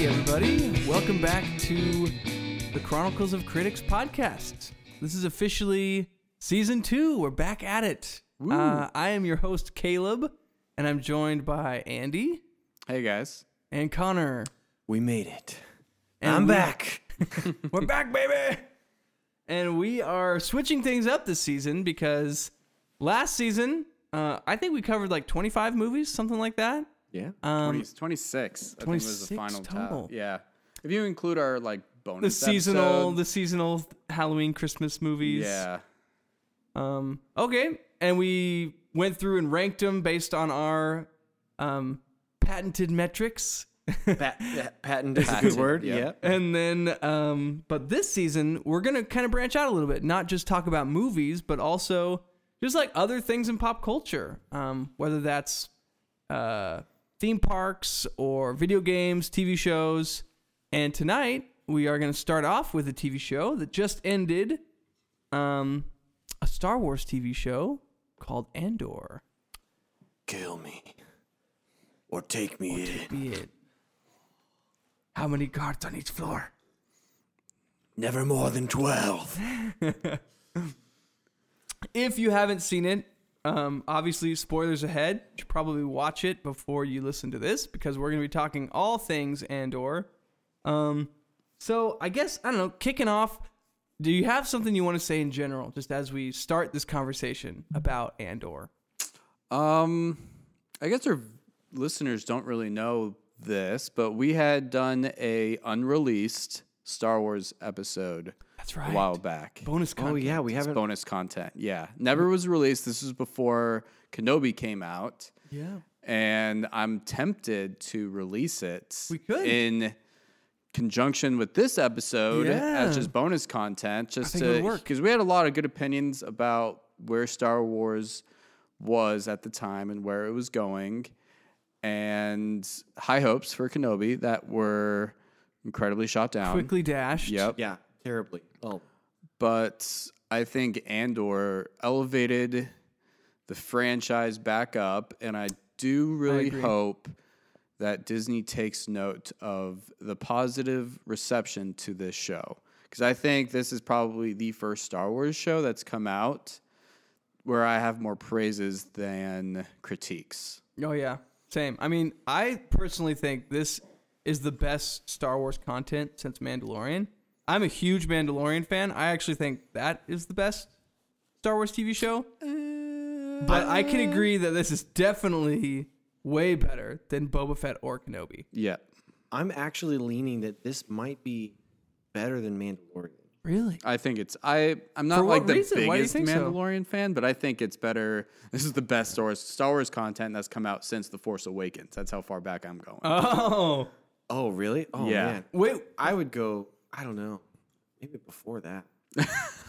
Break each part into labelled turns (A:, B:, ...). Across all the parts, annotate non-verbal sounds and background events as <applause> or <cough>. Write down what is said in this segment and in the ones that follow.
A: everybody. Welcome back to the Chronicles of Critics podcast. This is officially season two. We're back at it. Uh, I am your host, Caleb, and I'm joined by Andy
B: Hey guys.
A: and Connor.
C: We made it.
A: And
C: I'm
A: we-
C: back.
A: <laughs> We're back, baby. And we are switching things up this season because last season, uh, I think we covered like 25 movies, something like that.
B: Yeah.
A: Um,
B: 20, 26, I think
A: 26
B: was the final
A: total.
B: total. Yeah. If you include our like
A: The
B: bonus
A: seasonal,
B: episodes,
A: the seasonal Halloween, Christmas movies.
B: Yeah.
A: Um, okay, and we went through and ranked them based on our um, patented metrics, <laughs>
C: Pat- patent is a
B: Patent,
C: good word.
B: yeah.
C: Yeah.
A: and then um, but this season we're gonna kind of branch out a little bit, not just talk about movies, but also just like other things in pop culture, um, whether that's uh, theme parks or video games, TV shows, and tonight we are gonna start off with a TV show that just ended. Um, a Star Wars TV show called Andor.
C: Kill me. Or take me in.
A: Be it. How many guards on each floor?
C: Never more than 12.
A: If you haven't seen it, um, obviously spoilers ahead. You should probably watch it before you listen to this because we're going to be talking all things Andor. Um, so I guess I don't know. Kicking off, do you have something you want to say in general, just as we start this conversation about Andor?
B: Um, I guess our listeners don't really know this, but we had done a unreleased Star Wars episode
A: That's
B: a while back.
A: Bonus content.
C: Oh, yeah. We
B: It's
C: haven't.
B: bonus content. Yeah. Never was released. This was before Kenobi came out.
A: Yeah.
B: and I'm tempted to release it.
A: We could.
B: in conjunction with this episode
A: Yeah.
B: as just bonus content, just
A: think it would
B: to
A: work.
B: because we had a lot of good opinions about where Star Wars was at the time and where it was going, and high hopes for Kenobi that were incredibly shot down.
A: Quickly dashed.
B: Yep
C: Yeah. Terribly. Oh.
B: but I think Andor elevated the franchise back up, and I do really
A: agree.
B: hope that Disney takes note of the positive reception to this show because I think this is probably the first Star Wars show that's come out where I have more praises than critiques.
A: Oh yeah, same. I mean, I personally think this is the best Star Wars content since Mandalorian. I'm a huge Mandalorian fan. I actually think that is the best Star Wars TV show. But I can agree that this is definitely way better than Boba Fett or Kenobi.
B: Yeah.
C: I'm actually leaning that this might be better than Mandalorian.
A: Really?
B: I think it's I. I'm not
A: For what
B: like the
A: reason?
B: biggest
A: Why do you think so?
B: Mandalorian fan, but I think it's better. <laughs> This is the best Star Wars, Star Wars content that's come out since The Force Awakens. That's how far back I'm going.
A: Oh,
C: Oh, really? Oh,
B: Yeah.
C: man.
A: wait.
C: I would go, I don't know, maybe before <laughs> that.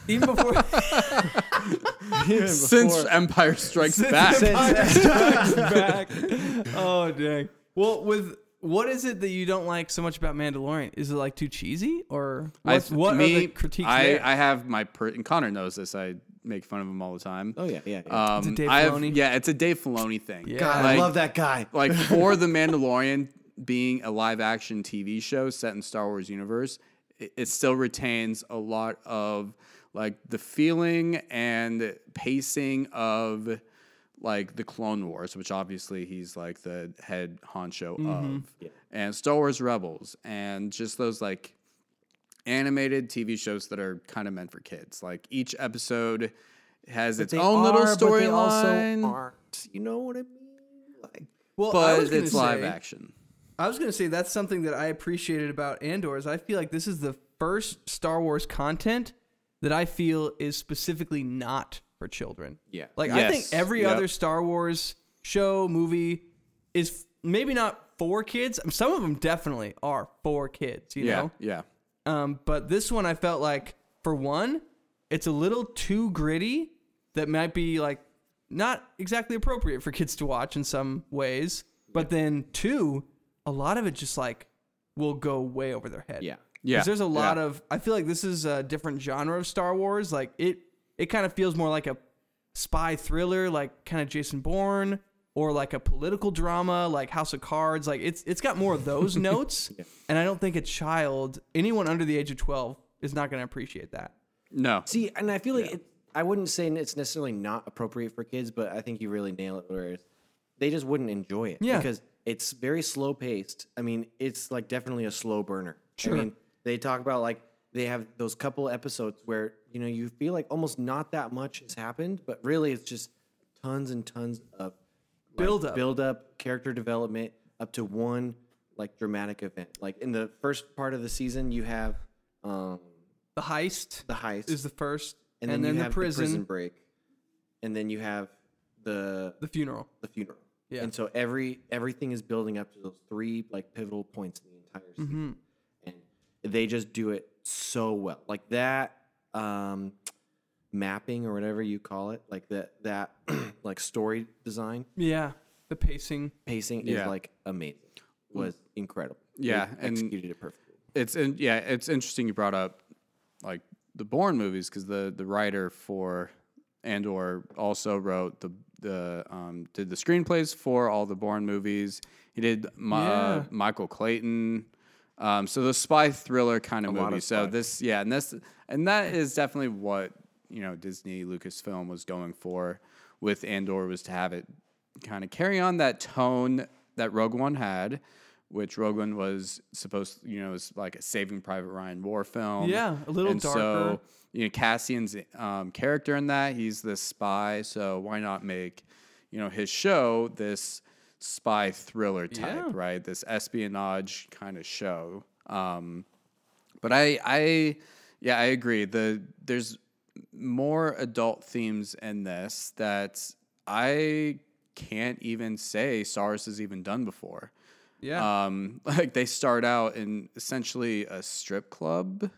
A: Even before
B: since Empire Strikes <laughs> Back, <laughs>
A: back. Oh dang. Well, with what is it that you don't like so much about Mandalorian? Is it like too cheesy, or
B: I,
A: what's, what
B: me,
A: are the critiques?
B: I,
A: there?
B: I have my per- and Connor knows this. I make fun of him all the time.
C: Oh, yeah. Yeah. yeah.
B: Um,
A: a Dave
B: I have-
A: Filoni?
B: yeah, it's a Dave Filoni thing.
A: Yeah.
C: God,
B: like-
C: I love that guy.
B: like
C: <laughs>
B: for the Mandalorian being a live action TV show set in Star Wars universe, it, it still retains a lot of like the feeling and pacing of like the Clone Wars, which obviously he's like the head honcho
C: Mm-hmm.
B: of, and Star Wars Rebels, and just those like animated TV shows that are kind of meant for kids. Like each episode has its
C: They
B: own little
C: are, but they also
B: storyline, but,
C: aren't. You know what I mean? Like,
A: well, I was gonna
B: it's live
A: say-
B: action.
A: I was going to say that's something that I appreciated about Andor is I feel like this is the first Star Wars content that I feel is specifically not for children.
C: Yeah.
A: Like I think
B: Yes.
A: every
B: Yep.
A: other Star Wars show, movie is f- maybe not for kids. Some of them definitely are for kids, you
B: yeah,
A: know?
B: yeah.
A: Um, but this one I felt like, for one, it's a little too gritty that might be like not exactly appropriate for kids to watch in some ways. But then two, a lot of it just like will go way over their head.
C: Yeah.
A: 'Cause
B: Yeah.
A: There's a lot
B: Yeah.
A: of I feel like this is a different genre of Star Wars. Like it it kind of feels more like a spy thriller, like kind of Jason Bourne. or like a political drama like House of Cards. Like it's it's got more of
C: <laughs>
A: those notes, and I don't think a child, anyone under the age of twelve, is not going to appreciate that.
B: No.
C: See, and I feel like it, I wouldn't say it's necessarily not appropriate for kids, but I think you really nail it where it's- they just wouldn't enjoy it.
A: Yeah.
C: Because it's very slow paced. I mean, it's like definitely a slow burner.
A: Sure.
C: I mean, they talk about like they have those couple episodes where, you know, you feel like almost not that much has happened, but really it's just tons and tons of like,
A: Build up.
C: build up, character development up to one like dramatic event. Like in the first part of the season, you have um,
A: The heist
C: the heist
A: is the first,
C: and then, you have the prison. break, and then you have the
A: the funeral.
C: the funeral.
A: Yeah.
C: And so every everything is building up to those three like pivotal points in the entire season, and they just do it so well. Like that um, mapping or whatever you call it, like that that <clears throat> like story design
A: Yeah, the pacing.
C: pacing
B: Yeah.
C: is like amazing. Was incredible.
B: Yeah,
C: They
B: and-
C: executed it perfectly.
B: It's in, yeah, it's interesting you brought up like the Bourne movies because the the writer for Andor also wrote the the um, did the screenplays for all the Bourne movies. He did my,
A: Yeah.
B: Michael Clayton. Um, so the spy thriller kind of
C: lot
B: movie.
C: of
B: So
C: spy.
B: this yeah, and this and that is definitely what you know Disney Lucasfilm was going for with Andor was to have it kind of carry on that tone that Rogue One had, which Rogue One was supposed you know was like a Saving Private Ryan war film.
A: Yeah, a little
B: Um, and
A: darker.
B: So you know Cassian's um, character in that he's this spy, so why not make you know his show this spy thriller type,
A: Yeah.
B: right? This espionage kind of show. Um, but I, I, yeah, I agree. The there's more adult themes in this that I can't even say SARS has even done before.
A: Yeah,
C: Uh,
B: Um, <laughs> like they start out in essentially a strip club.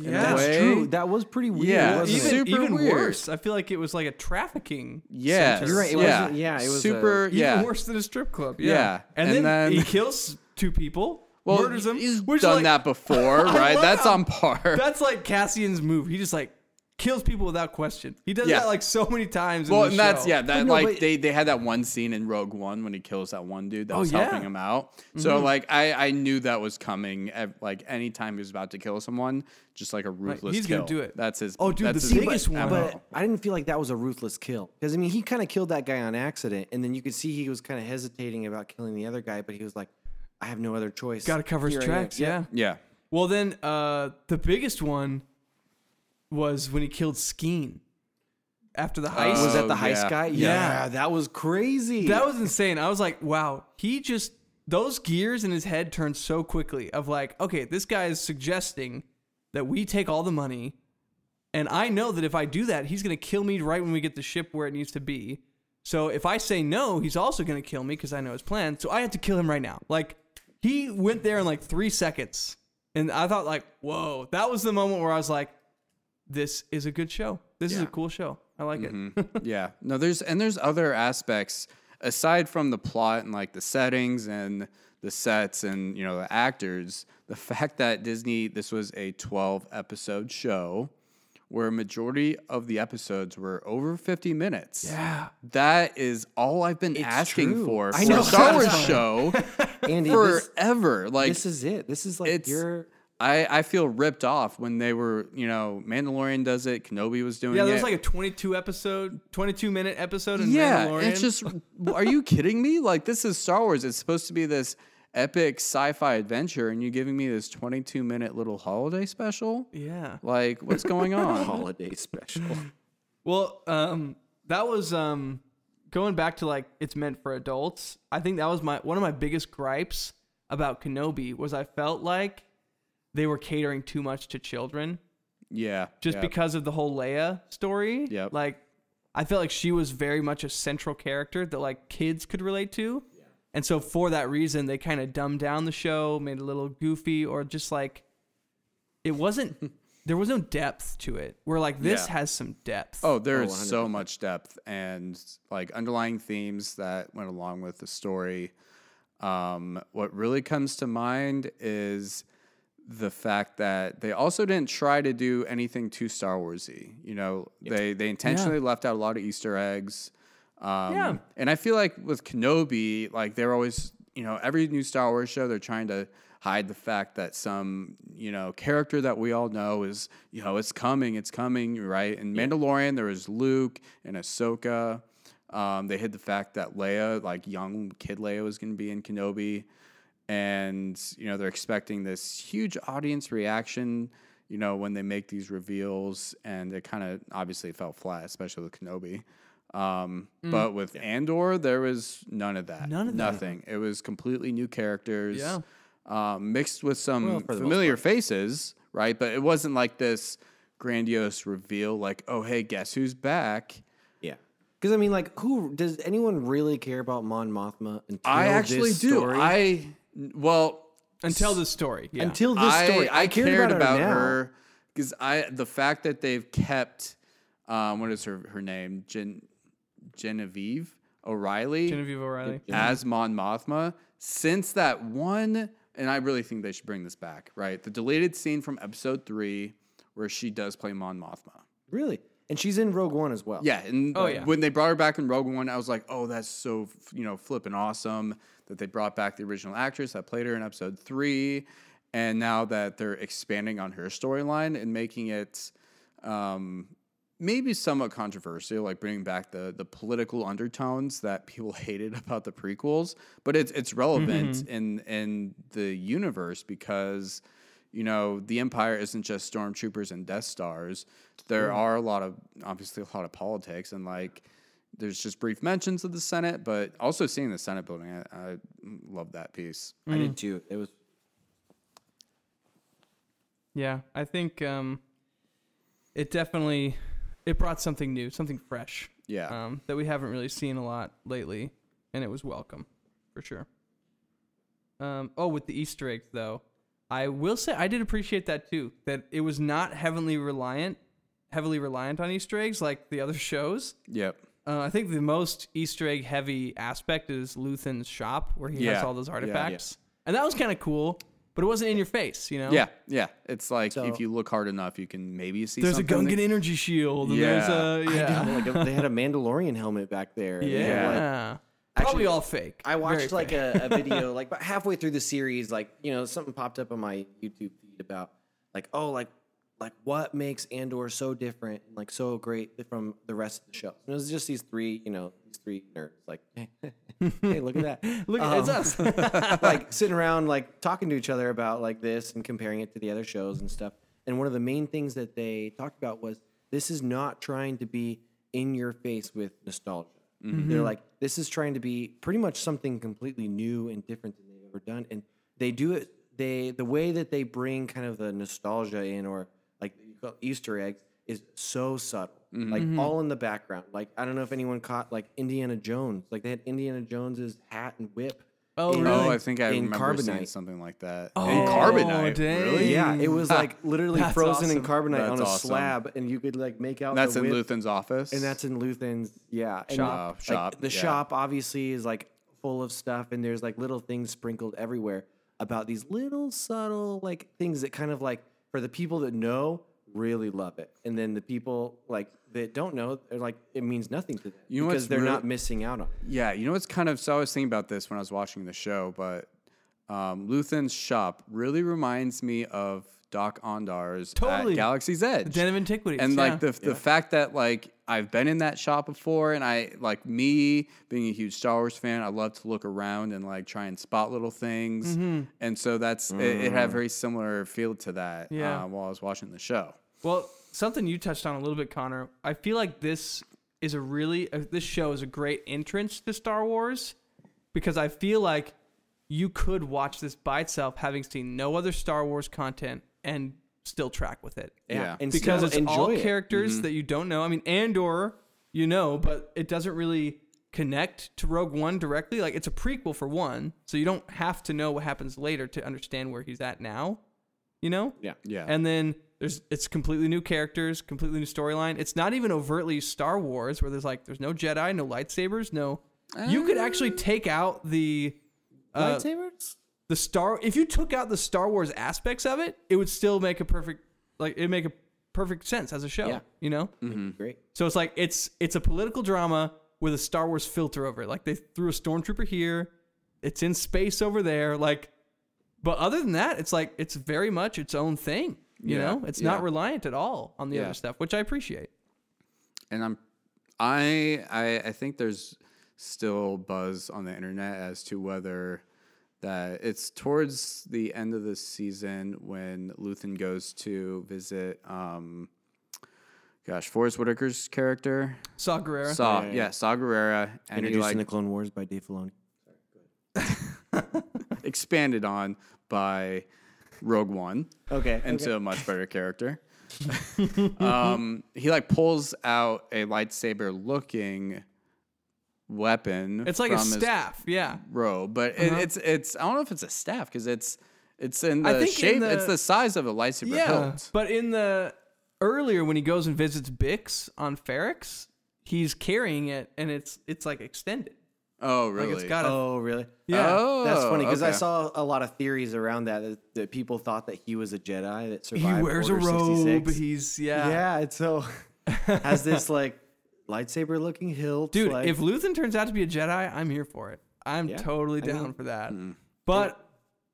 B: in a
A: Yeah. That's
B: way.
C: true. That was pretty weird.
B: Yeah.
C: wasn't
A: even
C: it?
B: super
A: even
B: weird.
A: worse. I feel like it was like a trafficking.
B: Yeah,
A: center.
C: You're right, it
B: yeah.
C: wasn't- yeah, it was a-
B: super.
A: Even
B: yeah,
A: worse than a strip club. Yeah.
B: Yeah,
A: And,
B: and
A: then,
B: then-
A: he kills two people,
B: <laughs> <laughs> well,
A: murders them.
B: He's
A: which
B: done
A: like, <laughs>
B: that before,
A: I
B: right?
A: love
B: That's
A: how-
B: on par.
A: That's like Cassian's move. He just like kills people without question. He does
B: Yeah.
A: that like so many times.
B: Well,
A: in
B: and
A: the
B: that's
A: show. <laughs>
B: yeah, that
C: no,
B: like
C: but-
B: they they had that one scene in Rogue One when he kills that one dude that
A: Oh,
B: was helping
A: yeah. Mm-hmm.
B: him out. So like I I knew that was coming. ev- Like anytime he was about to kill someone, just like a ruthless.
A: he's gonna
B: kill.
A: do it.
B: That's his.
A: Oh, dude,
B: that's
A: the
B: his
A: biggest one.
B: MO.
A: Oh.
C: But I didn't feel like that was a ruthless kill because I mean he kind of killed that guy on accident, and then you could see he was kind of hesitating about killing the other guy, but he was like, "I have no other choice."
A: Got to cover his
C: Here I am."
A: tracks. Yeah.
B: yeah,
A: Well, then uh, the biggest one was when he killed Skeen after the heist.
C: was
B: Oh,
C: that the heist
B: yeah.
C: guy?
A: Yeah.
C: that was crazy.
A: that was insane. I was like, wow, he just those gears in his head turned so quickly. Of like, okay, this guy is suggesting that we take all the money, and I know that if I do that, he's gonna kill me right when we get the ship where it needs to be. So if I say no, he's also gonna kill me because I know his plan. So I have to kill him right now. Like he went there in like three seconds, and I thought like, whoa, that was the moment where I was like, this is a good show. This is a cool show. I like it.
B: yeah. No, there's and there's other aspects aside from the plot and like the settings and the sets and you know the actors. The <laughs> fact that Disney this was a 12 episode show. Where a majority of the episodes were over 50 minutes.
A: yeah.
B: That is all I've been asking
C: true.
B: for
C: I
B: for
C: know.
B: a Star Wars show
C: Andy, <laughs> this,
B: forever. Like
C: this is it. This is like
B: it's-
C: your.
B: I, I feel ripped off when they were, you know, Mandalorian does it, Kenobi was doing
A: Yeah,
B: it.
A: there's like a 22 episode, 22 minute episode in
B: yeah,
A: Mandalorian.
B: it's just are you kidding me? Like this is Star Wars. It's supposed to be this epic sci-fi adventure and you're giving me this 22 minute little holiday special?
A: yeah.
B: Like
A: <laughs>
B: what's going on?
C: Holiday special.
A: Well, um, that was um, going back to like it's meant for adults. I think that was my one of my biggest gripes about Kenobi was I felt like they were catering too much to children
B: yeah.
A: just
B: yeah.
A: because of the whole Leia story.
B: Yep.
A: Like, I felt like she was very much a central character that like kids could relate to. And so for that reason, they kind of dumbed down the show, made it a little goofy, or just like it
B: <laughs>
A: wasn't. there was no depth to it. Where like this
B: Yeah.
A: has some depth.
B: Oh, there is so much depth and like underlying themes that went along with the story. Um, what really comes to mind is the fact that they also didn't try to do anything too Star Warsy. You know, they they intentionally left out a lot of Easter eggs. Um,
A: Yeah.
B: And I feel like with Kenobi, like they're always, you know, every new Star Wars show, they're trying to hide the fact that some, you know, character that we all know is, you know, it's coming, it's coming, right? In Mandalorian, there was Luke and Ahsoka. Um, they hid the fact that Leia, like young kid Leia, was going to be in Kenobi and you know they're expecting this huge audience reaction you know when they make these reveals and it kind of obviously fell flat especially with kenobi um, but with andor there was none of that
A: None of that.
B: nothing it was completely new characters
A: Yeah.
B: um, mixed with some
C: Well, for the most
B: familiar faces right but it wasn't like this grandiose reveal like oh hey guess who's back
C: <sighs> Yeah. Because I mean, like, who does anyone really care about Mon Mothma until
B: i actually
C: this
B: do
C: story?
B: i well
A: until this story. Yeah.
C: until this story. I, cared about, her, now.
B: because I the fact that they've kept um, what is her her name Gen Genevieve O'Reilly
A: Genevieve O'Reilly.
B: as Mon Mothma since that one. And I really think they should bring this back, right? The deleted scene from episode three where she does play Mon Mothma.
C: Really, and she's in Rogue One as well.
B: Yeah, and
A: Oh, yeah.
B: when they brought her back in Rogue One, I was like, oh, that's so f- you know flipping awesome that they brought back the original actress that played her in Episode Three, and now that they're expanding on her storyline and making it um, maybe somewhat controversial, like bringing back the the political undertones that people <laughs> hated about the prequels, but it's it's relevant
A: Mm-hmm.
B: in in the universe because you know the Empire isn't just stormtroopers and Death Stars. There are a lot of obviously a lot of politics and like. There's just brief mentions of the Senate, but also seeing the Senate building, I, I love that piece.
C: I
A: Mm.
C: did too. It was
A: Yeah, I think um, it definitely it brought something new, something fresh
B: Yeah,
A: um, that we haven't really seen a lot lately, and it was welcome for sure. Um, oh, with the Easter eggs though, I will say I did appreciate that too. That it was not heavily reliant, heavily reliant on Easter eggs like the other <laughs> shows.
B: yep,
A: Uh, I think the most Easter egg heavy aspect is Luthen's shop where he has
B: Yeah,
A: all those
B: yeah, yeah.
A: artifacts, and that was kind of cool. But it wasn't in your face, you know.
B: yeah, yeah. It's like
C: So-
B: if you look hard enough, you can maybe see.
A: There's a
B: something
A: Gungan energy shield. And
B: Yeah.
A: There's a
C: I
A: yeah.
C: know,
A: <laughs>
C: like they had a Mandalorian helmet back there. and they
A: Yeah.
C: had, like,
A: Probably all fake.
C: I watched
A: Very
C: like
A: fake.
C: a,
A: <laughs>
C: a video like about halfway through the series, like you know something popped up on my YouTube feed about like oh like like what makes Andor so different and like so great from the rest of the show. And it was just these three you know these three nerds like hey look at that
A: <laughs>
C: Um,
A: Look, it's us. <laughs>
C: <laughs> like sitting around like talking to each other about like this and comparing it to the other shows and stuff. And one of the main things that they talked about was this is not trying to be in your face with nostalgia. They're like, this is trying to be pretty much something completely new and different than they've ever done. And they do it they the way that they bring kind of the nostalgia in or like you call Easter eggs is so subtle. Like all in the background. Like I don't know if anyone caught like Indiana Jones. Like they had Indiana Jones's hat and whip.
A: Oh,
C: in-
A: really?
B: Oh, I think I
C: in
B: remember seeing
C: Carbonite.
B: something like that.
A: Oh,
B: in carbonite,
A: dang.
B: really?
C: Yeah, it
B: <laughs>
C: was like literally
A: That's
C: frozen in
A: awesome.
C: carbonite
B: That's
C: on a
B: awesome.
C: slab, and you could like make out.
B: That's
C: the
B: in
C: whip,
B: Luthen's office,
C: and that's in Luthen's. Yeah, and,
A: Shop.
B: Wow, shop,
C: Like, the
B: yeah.
C: shop obviously is like full of stuff, and there's like little things sprinkled everywhere about these little subtle like things that kind of like for the people that know really love it, and then the people like that don't know, they're like it means nothing to them
B: You know
C: because
B: what's
C: they're
B: really-
C: not missing out on. it.
B: yeah. You know what's kind of so I was thinking about this when I was watching the show, but um, Luthen's shop really reminds me of Doc Ondar's
A: Totally.
B: at Galaxy's Edge,
A: Den of Antiquities.
B: and
A: yeah.
B: like the the fact that like I've been in that shop before, and I like me being a huge Star Wars fan, I love to look around and like try and spot little things,
A: Mm-hmm.
B: and so that's it, it had a very similar feel to that
A: Mm. Yeah.
B: uh, while I was watching the show.
A: Well, something you touched on a little bit, Connor. I feel like this is a really uh, this show is a great entrance to Star Wars because I feel like you could watch this by itself, having seen no other Star Wars content, and still track with it.
B: Yeah.
C: and
A: because
C: still
A: it's all
C: enjoy it. Mm-hmm.
A: characters that you don't know. I mean, Andor, you know, but it doesn't really connect to Rogue One directly. Like, it's a prequel for one, so you don't have to know what happens later to understand where he's at now. You know?
C: Yeah.
B: Yeah.
A: And then there's it's completely new characters, completely new storyline. It's not even overtly Star Wars, where there's like there's no Jedi, no lightsabers, no. You could actually take out the uh,
C: lightsabers.
A: the star if you took out the Star Wars aspects of it, it would still make a perfect like it make a perfect sense as a show.
C: Yeah.
A: You know?
B: Mm-hmm.
C: Great.
A: So it's like it's it's a political drama with a Star Wars filter over it. Like they threw a stormtrooper here, it's in space over there. Like, but other than that, it's like it's very much its own thing. You
B: Yeah,
A: know, it's not
B: yeah.
A: reliant at all on the
B: Yeah.
A: other stuff, which I appreciate.
B: and I'm I I I think there's still buzz on the internet as to whether that it's towards the end of the season when Luthen goes to visit um gosh, Forrest Whitaker's character.
A: Saw Guerrera.
B: Saw
C: Yeah,
B: yeah,
C: yeah.
B: Saw Gerrera and he
C: Introduced
B: like
C: in the Clone Wars by Dave Filoni.
B: expanded on by Rogue One.
C: Okay.
B: into a much
A: <laughs>
B: better character. um, he like pulls out a lightsaber looking weapon.
A: it's like a
B: from his
A: staff. Yeah.
B: robe, but it, it's it's I don't know if it's a staff because it's it's in
A: I
B: the
A: think in
B: shape. it's
A: the-
B: the size of a lightsaber
A: yeah.
B: hilt.
A: But in the earlier when he goes and visits Bix on Ferrex, he's carrying it and it's it's like extended.
B: Oh really?
A: Like it's got a
C: Oh, really?
A: yeah.
B: Oh,
C: That's funny because I
B: okay.
C: saw a lot of theories around that, that that people thought that he was a Jedi that
A: he
B: Oh,
C: survived.
A: wears a
C: Order
A: robe.
C: 66.
A: He's yeah.
C: yeah, and so <laughs> has this like lightsaber looking hilt.
A: Dude,
C: like,
A: if Luthen turns out to be a Jedi, I'm here for it. I'm
C: Yeah,
A: totally
C: I
A: down
C: mean-
A: for that. But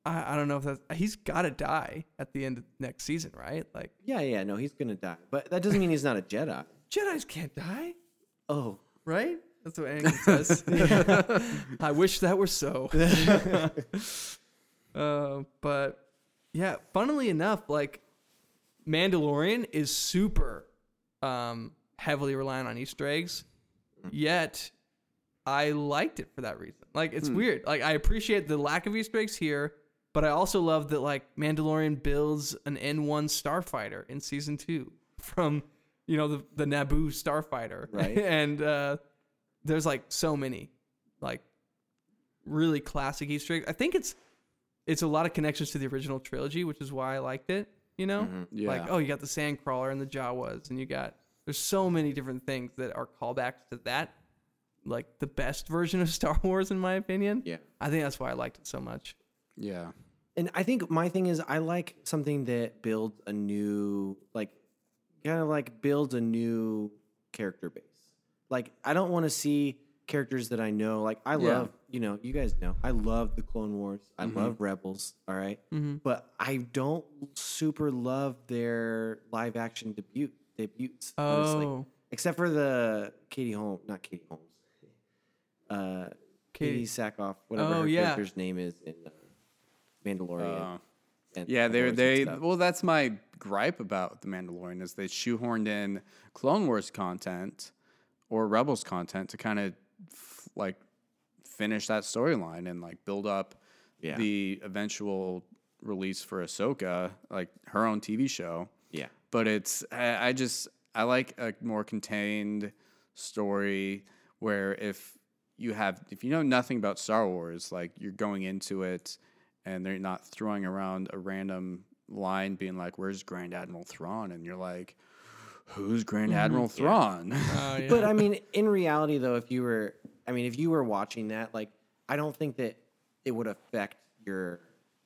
A: I, I don't know if that's he's gotta die at the end of next season, right? Like
C: yeah, yeah, no, he's gonna die, but that doesn't mean he's not a Jedi.
A: Jedi's can't die,
C: <laughs> Oh,
A: right? That's what
C: <laughs>
A: Anakin says. <laughs> I wish that were so. uh, but yeah, funnily enough, like Mandalorian is super um, heavily reliant on Easter eggs, yet I liked it for that reason. Like it's weird. Like I appreciate the lack of Easter eggs here, but I also love that like Mandalorian builds an N1 starfighter in season two from you know the the Naboo starfighter,
C: Right.
A: <laughs> and uh, there's like so many like really classic Easter eggs. I think it's it's a lot of connections to the original trilogy, which is why I liked it. You know, like
C: Mm-hmm.
B: Yeah.
A: oh, you got the Sandcrawler and the Jawas, and you got there's so many different things that are callbacks to that, like the best version of <laughs> Star Wars, in my opinion.
C: yeah.
A: I think that's why I liked it so much.
B: yeah.
C: And I think my thing is I like something that builds a new like kind of like builds a new character base. Like I don't want to see characters that I know. Like I
B: Yeah.
C: love, you know, you guys know. I love the Clone Wars. I
A: Mm-hmm.
C: love Rebels, all right? But I don't super love their live action debut debuts. honestly.
A: Oh.
C: Except for the Katie Holmes, not Katie Holmes. Uh Katie,
A: Katie-
C: Sackhoff, whatever
A: Oh,
C: her
A: yeah.
C: character's name is in uh, Mandalorian.
B: Uh,
C: and
B: Yeah, they
C: Mandalorians
B: they
C: and stuff.
B: well that's my gripe about the Mandalorian is they shoehorned in Clone Wars content or Rebels content to kind of f- like finish that storyline and like build up
C: Yeah.
B: the eventual release for Ahsoka, like her own TV show.
C: yeah,
B: But it's I, I just I like a more contained story where if you have if you know nothing about Star Wars, like you're going into it and they're not throwing around a random line being like, Where's Grand Admiral Thrawn? And you're like, Who's Grand
A: Mm-hmm.
B: Admiral Thrawn? <laughs>
A: Oh yeah.
C: but I mean, in reality, though, if you were, I mean, if you were watching that, like, I don't think that it would affect your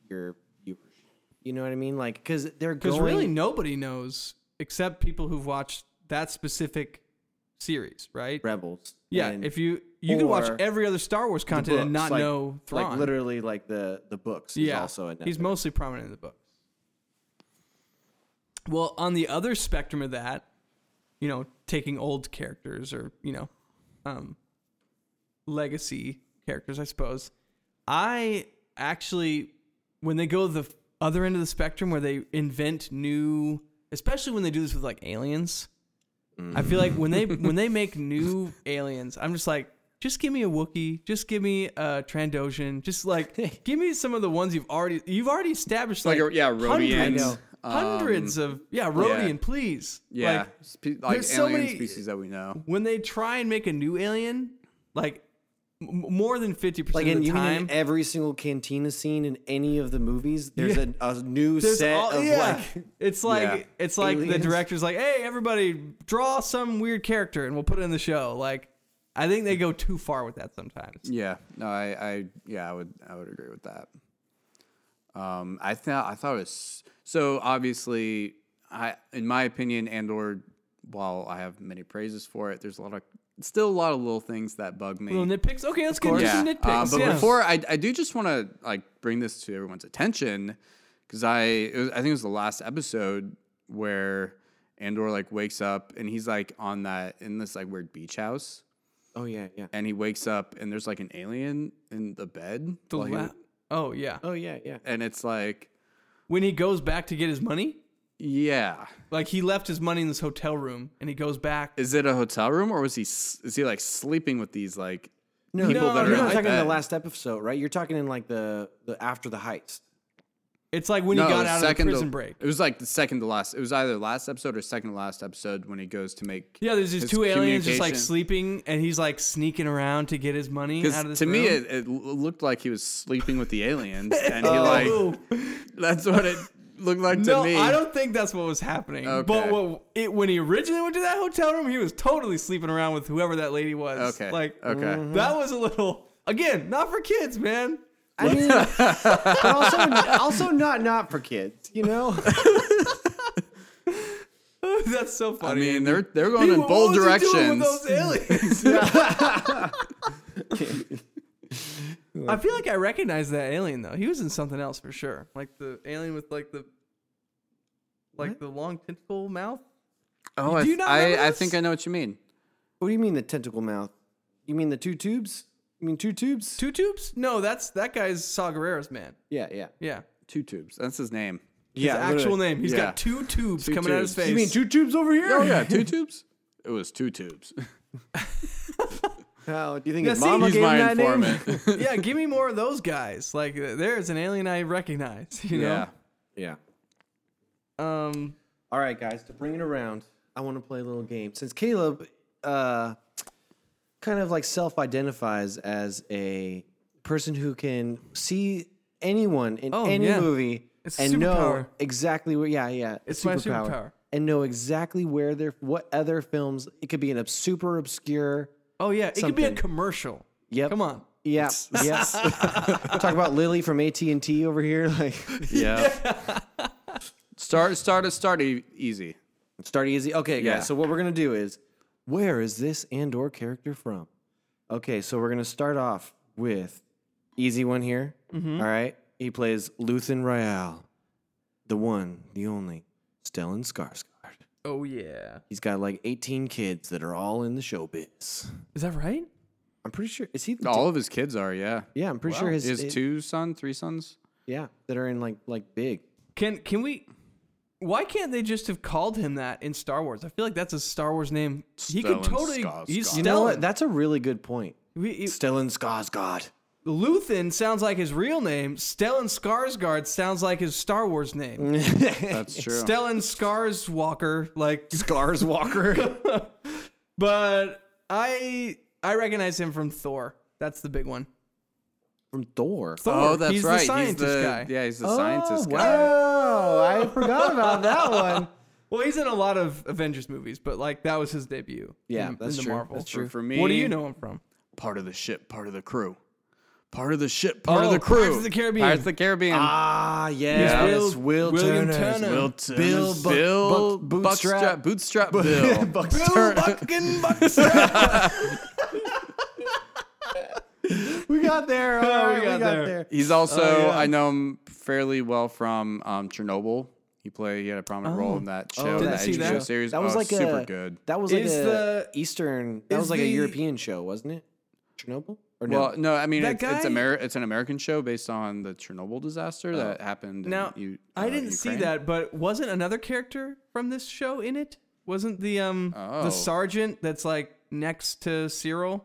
C: your viewership. You know what I mean? Like, because they're
A: Because
C: going
A: really nobody knows except people who've watched that specific series, right?
C: rebels.
A: Yeah.
C: and
A: If you you can watch
C: or
A: every other Star Wars
C: the
A: content and
C: books,
A: not
C: like-
A: know Thrawn.
C: like literally, like the the books. Is
A: yeah.
C: also in
A: he's
C: there.
A: mostly prominent in the books. Well, on the other spectrum of that, you know, taking old characters or you know, um, legacy characters, I suppose. I actually, when they go the other end of the spectrum where they invent new, especially when they do this with like aliens, I feel like when they
B: Mm.
A: when they
B: <laughs>
A: make new aliens, I'm just like, just give me a Wookiee, just give me a Trandoshan, just
B: <laughs>
A: like give me some of the ones you've already you've already established like,
B: Like, uh, yeah, Rhodians,
A: hundreds,
B: um,
A: hundreds of yeah Rhodian, please
B: yeah.
A: Like,
B: spe- like alien
A: there's so many-
B: species that we know.
A: when they try and make a new alien, like m- more than fifty
C: Like
A: percent
C: in,
A: of the
C: you mean
A: time,
C: in every single cantina scene in any of the movies, there's
A: Yeah.
C: a, a new
A: there's
C: set
A: all-
C: of
A: yeah. <laughs>
C: like
A: it's like
B: Yeah.
A: it's like the
C: Aliens.
A: director's like, hey, everybody, draw some weird character and we'll put it in the show. Like, I think they go too far with that sometimes.
B: Yeah. No, I, I yeah, I would I would agree with that. Um I thought I thought it was so obviously I in my opinion and or while I have many praises for it, there's a lot of still a lot of little things that bug me.
A: Little nitpicks. Okay, let's get into some
B: Yeah.
A: nitpicks.
B: Uh, but
A: yeah.
B: before I, I do just want to like bring this to everyone's attention because I it was, I think it was the last episode where Andor like wakes up and he's like on that in this like weird beach house
C: Oh yeah, yeah.
B: and he wakes up and there's like an alien in the bed
A: the
B: while he-
A: la- oh yeah,
C: Oh yeah, yeah.
B: and it's like
A: when he goes back to get his money,
B: yeah
A: like he left his money in this hotel room, and he goes back.
B: is it a hotel room or was he s- is he like sleeping with these like people
A: no, no,
B: that are
C: you're
B: in
C: not
A: like
B: the
C: talking in the
B: bed?
C: last episode, right? You're talking in like the, the after the heist.
A: It's like when he got out of the
B: second to-
A: prison break.
B: It was like the second to last. It was either last episode or second to last episode when he goes to make.
A: Yeah, there's these
B: his
A: two aliens just like
B: communication.
A: sleeping, and he's like sneaking around to get his money out of this
B: Because to me,
A: room.
B: it, it l- looked like he was sleeping with the
A: <laughs>
B: aliens, and he like that's what it looked like
A: Oh, no,
B: to me.
A: I don't think that's what was happening. But
B: Okay.
A: what, it, when he originally went to that hotel room, he was totally sleeping around with whoever that lady was.
B: Okay,
A: like
B: okay. Mhm.
A: that was a little again not for kids, man. <laughs>
C: I mean, but also, also not not for kids, you know. <laughs>
A: that's so
B: I
A: funny.
B: mean, they're they're
A: He-
B: going in
A: what
B: bold
A: was he doing
B: directions.
A: with those aliens? I feel like I recognize that alien though. He was in something else for sure. Like the alien with like the like the long tentacle mouth.
B: Oh, I,
A: Do you not remember
B: I, I
A: this?
B: think I know what you mean.
C: What do you mean the tentacle mouth? You mean the two tubes? You mean two tubes?
A: Two tubes? No, that's that guy's Saw Gerrera's man.
C: Yeah, yeah.
A: Yeah.
B: Two tubes. That's his name.
A: His actual name. He's
B: Yeah.
A: got two tubes
B: Two
A: coming out of his
B: tubes.
A: face.
B: You
C: You mean two tubes over here?
B: Oh yeah, two tubes. It was two tubes.
C: How, do you think
A: Yeah,
C: his
A: see,
C: mama
B: <laughs> He's
C: gave him
B: my
C: that name?
A: <laughs>
B: informant. <laughs>
A: yeah, give me more of those guys. Like uh, there's an alien I recognize, <laughs> <laughs> you
B: yeah.
A: know.
C: Yeah.
A: Um
C: All right, guys. To bring it around, I want to play a little game. Since Caleb, uh, kind of like self-identifies as a person who can see anyone in
A: Oh,
C: any
A: yeah.
C: movie
A: It's a
C: and know
A: superpower.
C: exactly where. Yeah, yeah.
A: It's my superpower.
C: And know exactly where they're. What other films? It could be an ob- super obscure.
A: oh yeah, it could be a
C: Something.
A: commercial.
C: Yep.
A: Come on.
C: Yeah. Yeah.
A: <laughs>
C: Talk about Lily from AT and T over here. Like,
B: Yeah.
A: <laughs>
B: start start start e- easy.
C: start easy. Okay,
B: Yeah.
C: guys. So what we're gonna do is, where is this Andor character from? Okay, so we're gonna start off with easy one here.
B: Mm-hmm.
C: All right. He plays Luthen Rael, the one, the only, Stellan Skarsgård.
A: Oh yeah.
C: He's got like 18 kids that are all in the showbiz.
A: Is that right?
C: I'm pretty sure. Is he? The
B: All of his kids are, yeah.
C: yeah, I'm pretty sure his,
B: His
C: it-
B: two son, three sons.
C: Yeah, that are in like like big.
A: Can can we? Why can't they just have called him that in Star Wars? I feel like that's a Star Wars name. He could
B: Stellan
A: totally.
B: Skarsgård.
A: He's Stellan.
C: You know what? That's a really good point.
A: We- it-
C: Stellan
B: <laughs>
C: Skarsgård.
A: Luthen sounds like his real name. Stellan Skarsgård sounds like his Star Wars
C: Mm.
A: name.
B: That's true.
A: Stellan Skarswalker, like, <laughs>
C: Scars Walker.
A: but I I recognize him from Thor. That's the big one.
C: From Thor.
A: Thor.
B: oh, that's
A: he's
B: right.
A: The scientist
B: he's the
A: guy. Oh,
B: yeah, he's the scientist guy.
C: Wow, I forgot about that one.
A: Well, he's in a lot of Avengers movies, but like that was his debut.
C: Yeah,
A: in,
C: that's
A: in the
C: true.
A: Marvel.
C: That's
B: For,
C: true.
B: for me,
A: What do you know him from?
B: Part of the ship, part of the crew. Part of the ship, part of
A: Oh,
B: the crew.
A: Pirates of the Caribbean.
B: Pirates of the Caribbean. <laughs>
C: Ah, yes,
A: Will- William Turner.
B: Bill,
C: Bill
B: Timmons,
C: Buck-
B: Bill
C: Buck- Bootstrap.
B: Bootstrap, Bill.
C: Buck
A: Bill
B: <laughs>
C: Turner.
A: Buckin
C: We got <laughs> there. All right, we
A: got
C: got, there.
A: there.
B: He's also
A: Oh, yeah.
B: I know him fairly well from um, Chernobyl. He played he had a prominent role in that show,
A: Oh. Didn't
B: that
A: see
B: HBO
A: that.
B: series.
C: That was
B: oh,
C: like
B: super
C: a,
B: good.
C: That was like
A: Is
C: a
A: the-
C: Eastern. That
A: is
C: was like a
A: the-
C: European show, wasn't it? Chernobyl or no?
B: Well, no, I mean
A: That
B: it's, it's,
A: guy-
B: Ameri- it's an American show based on the Chernobyl disaster that happened.
A: Oh. Now,
B: in, U-
A: I
B: uh,
A: didn't see
B: Ukraine.
A: that, but wasn't another character from this show in it? Wasn't the um
B: Oh.
A: the sergeant that's like next to Cyril,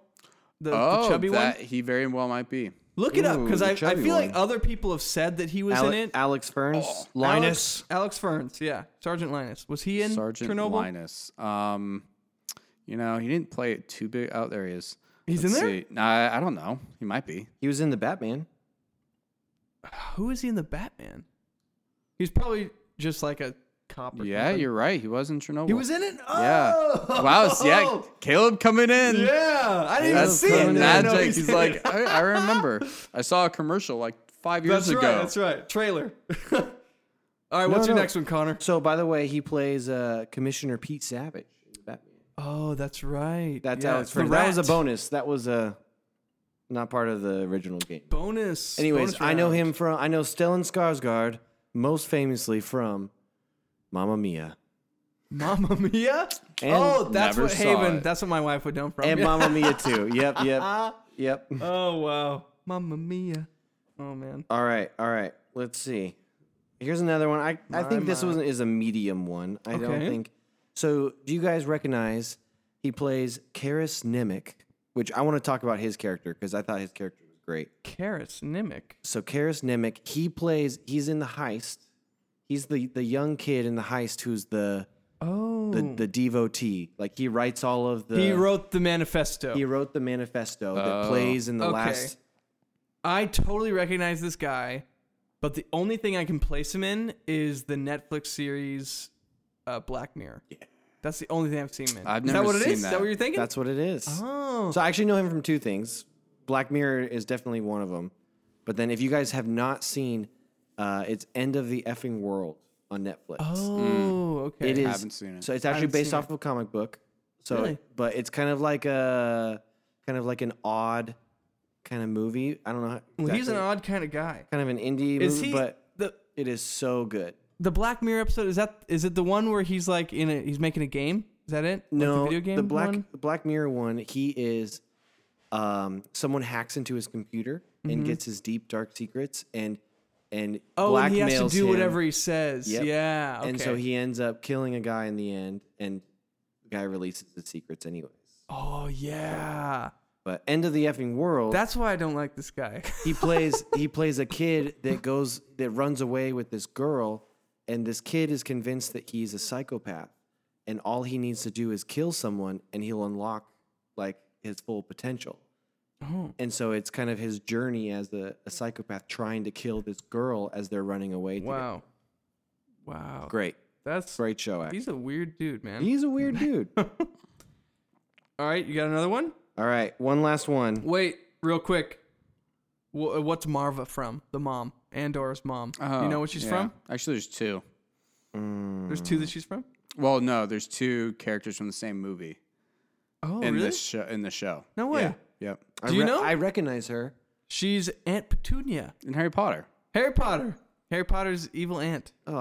A: the, the
B: Oh,
A: chubby
B: that
A: one?
B: he very well might be.
A: Look it up
C: Ooh,
A: because
C: the
A: I, I
C: chubby
A: feel like
C: one.
A: other people have said that he was
C: Ale-
A: in it.
C: Alex Ferns,
A: Alex, Alex Ferns, yeah, Sergeant Linus. Was he in
B: Sergeant
A: Chernobyl?
B: Linus. Um, you know, he didn't play it too big. Oh, there he is.
A: He's in there?
B: See. Nah, I, I don't know. He might be.
C: He was in the Batman.
A: Who is he in the Batman? He's probably just like a cop. Or
B: Yeah,
A: something.
B: you're right. He was in Chernobyl.
A: He was in it. Oh! <laughs>
B: Yeah. Wow. so Yeah. Caleb coming in.
A: Yeah, I didn't even
B: That's
A: see
B: the
A: it.
C: coming in. I
B: magic.
A: didn't know in
B: he's
A: it.
C: <laughs>
B: like, I, I remember. I saw a commercial like five years
A: That's
B: ago.
A: right. That's right. Trailer. <laughs> All right. what's your
C: no.
A: next one, Connor?
C: So, by the way, he plays uh, Commissioner Pete Savage in the Batman.
A: Oh, that's right.
C: That's
B: Yeah,
C: how it's
B: it's the
C: phrased. That was a
A: rat.
C: bonus. That was a not part of the original game.
A: bonus.
C: Anyways,
A: bonus
C: I know
A: round.
C: him from I know Stellan Skarsgård most famously from Mamma Mia
A: <laughs> Mamma Mia.
C: And
A: oh, that's
B: never
A: what
B: saw
A: Haven.
B: it.
A: That's what my wife would know from.
C: and
A: Yeah. <laughs>
C: Mamma Mia too. Yep, yep, yep.
A: oh wow, Mamma Mia. Oh man.
C: All right, all right. Let's see. Here's another one. I, I think this
A: my.
C: one is a medium one. I don't
A: Okay.
C: think. So, do you guys recognize he plays Karis Nimic, which I want to talk about his character because I thought his character was great.
A: Carrots, Nimic.
C: So Karis Nimic, he plays. He's in the heist. He's the the young kid in the heist who's the
A: Oh.
C: the, the devotee. Like he writes all of the.
A: he wrote the manifesto.
C: he wrote the manifesto that
B: Oh.
C: plays in the
A: Okay.
C: last.
A: I totally recognize this guy, but the only thing I can place him in is the Netflix series uh, Black Mirror. Yeah. That's the only thing I've seen him in.
B: I've
A: is that
B: never
A: what it is?
B: seen
A: Is that
B: that.
A: what you're thinking?
C: That's what it is.
A: oh.
C: So I actually know him from two things. Black Mirror is definitely one of them. But then if you guys have not seen, uh, it's End of the Effing World on Netflix.
A: Oh, okay.
C: Mm. It is.
B: Haven't seen it.
C: So it's actually
A: Haven't
C: based
A: seen
C: off of a comic book. So,
A: Really?
C: but it's kind of like a kind of like an odd kind of movie. I don't know. How,
A: Well, he's an
C: exactly.
A: odd kind of guy.
C: kind of an indie
A: Is
C: movie,
A: he
C: but
A: the
C: it is so good.
A: the Black Mirror episode? Is that is it the one where he's like in a he's making a game? Is that it? Like
C: No,
A: the video game.
C: Black
A: one?
C: the Black Mirror one. He is um, someone hacks into his computer and gets his deep dark secrets and and
A: Mm-hmm. Oh, and he has to
C: blackmails
A: do
C: him.
A: whatever he says.
C: Yep.
A: Yeah. Okay.
C: And so he ends up killing a guy in the end, and the guy releases his secrets anyways.
A: Oh yeah.
C: But end of the effing world.
A: That's why I don't like this guy. <laughs>
C: he plays he plays a kid that goes that runs away with this girl and this kid is convinced that he's a psychopath and all he needs to do is kill someone and he'll unlock like his full potential
A: Oh.
C: and so it's kind of his journey as a, a psychopath trying to kill this girl as they're running away together.
A: Wow. Wow.
C: great
A: That's
C: great show act.
A: he's a weird dude, man.
C: he's a weird
A: <laughs>
C: dude all
A: All right, you got another one?
C: right one last one
A: Wait, real quick. Wh- What's Marva from? The mom, Andor's mom. you know what she's
B: Oh, yeah.
A: from?
B: Actually, there's two.
A: There's two that she's from.
B: Well, no, there's two characters from the same movie
A: Oh,
B: in
A: really?
B: this show. In the show.
A: No way.
B: Yeah. Yep.
C: I
A: Do you
C: re-
A: know?
C: i recognize her
A: She's Aunt Petunia.
B: In Harry Potter.
A: Harry Potter. Harry Potter's evil aunt.
C: oh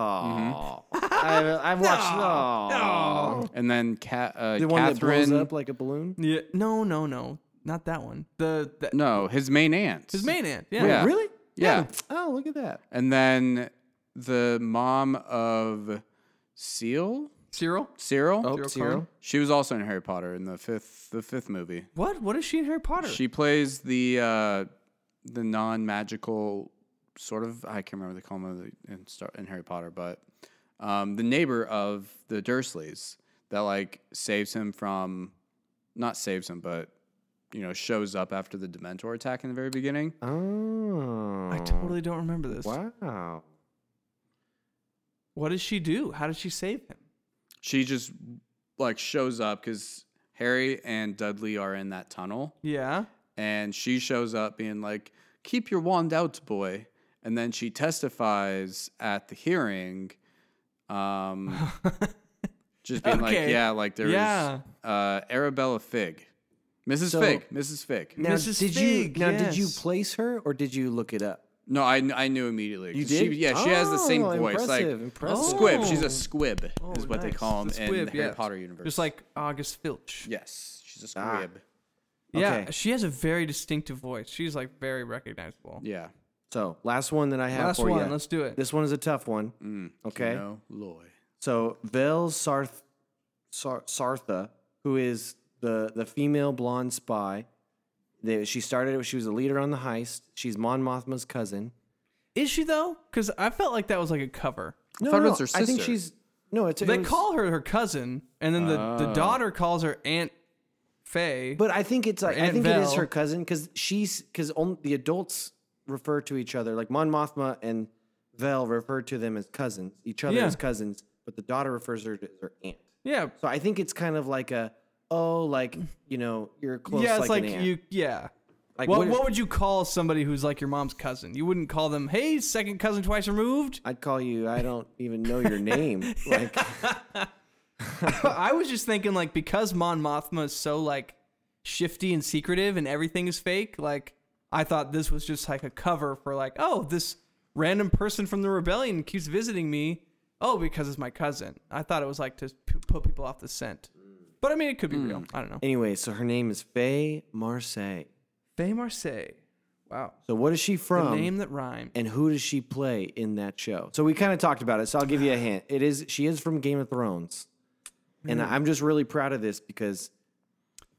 C: I,
A: <laughs>
C: i've watched oh
B: And then Cat. Uh,
C: the one
B: Catherine.
C: that blows up like a balloon
A: Yeah. No, no, no. Not that one. The, the
B: no, his main aunt.
A: his main aunt. Yeah.
B: Yeah.
C: Really?
B: Yeah.
C: Oh, look at that.
B: And then the mom of Seal.
A: Cyril.
B: Cyril.
C: Oh, Cyril.
B: She was also in Harry Potter in the fifth. The fifth movie.
A: What? What is she in Harry Potter?
B: She plays the uh, the non magical sort of I can't remember the call 'em in, in Star in Harry Potter, but um, the neighbor of the Dursleys that like saves him from not saves him, but you know shows up after the Dementor attack in the very beginning.
C: Oh.
A: I totally don't remember this.
C: Wow.
A: What does she do? How does she save him?
B: She just like shows up because Harry and Dudley are in that tunnel.
A: Yeah.
B: and she shows up being like, "Keep your wand out, boy." And then she testifies at the hearing, um,
A: <laughs>
B: just being like,
A: Okay.
B: "Yeah, like there is
A: Yeah.
B: uh, Arabella Fig, Mrs.
C: So-
B: Fig, Mrs. Fig."
C: Now,
A: Mrs.
C: did
A: Fig,
C: you now did you
A: yes.
C: place her or did you look it up?
B: No, I, kn- I knew immediately.
C: You
B: 'cause she-
C: did?
B: yeah, she has the same
C: Oh,
B: voice, like
C: impressive, impressive.
B: squib. She's
A: Oh.
B: a squib, is what they
A: nice.
B: call them
A: The
B: in
A: squib,
B: the Harry
A: yes.
B: Potter universe.
A: Just like August Filch.
B: yes, she's a
C: Ah.
B: squib.
A: Yeah,
C: Okay.
A: she has a very distinctive voice. She's like very recognizable.
B: Yeah,
C: So last one that I have
A: Last
C: for
A: one,
C: you.
A: let's do it.
C: This one is a tough one. okay.
B: no Loy.
C: So Vel Sarth, Sar- Sartha, who is the the female blonde spy. They, she started. She was a leader on the heist. She's Mon Mothma's cousin.
A: Is she though? Because I felt like that was like a cover.
C: No,
B: thought it
C: no,
B: was her
C: I think
B: sister.
C: she's no. It's
A: They
C: it was, Oh.
A: call her her cousin, and then the, the daughter calls her Aunt Faye.
C: But I think it's like I
A: Aunt
C: think it is
A: Vel.
C: her cousin because she's because only the adults refer to each other like Mon Mothma and Vel refer to them as cousins, each other
A: Yeah.
C: as cousins, but the daughter refers her to as her aunt.
A: yeah,
C: So I think it's kind of like a oh like you know you're close
A: yeah, it's
C: like,
A: like,
C: an aunt.
A: you. Yeah.
C: Like,
A: what,
C: what-
A: what would you call somebody who's like your mom's cousin? You wouldn't call them, "Hey, second cousin twice removed." <laughs>
C: I'd call you I don't even know your name like
A: I was just thinking like because Mon Mothma is so like shifty and secretive and everything is fake, like I thought this was just like a cover for like, oh, this random person from the rebellion keeps visiting me. Oh, because it's my cousin. I thought it was like to p- put people off the scent. But I mean, it could be
C: Hmm.
A: real. I don't know.
C: Anyway, so her name is Faye Marseille.
A: Faye Marseille. Wow.
C: So what is she
A: The
C: from?
A: name that rhymed.
C: Um, and who does she play in that show? So we kind of talked about it. So I'll give you a hint. It is she is from Game of Thrones, and I'm just really proud of this because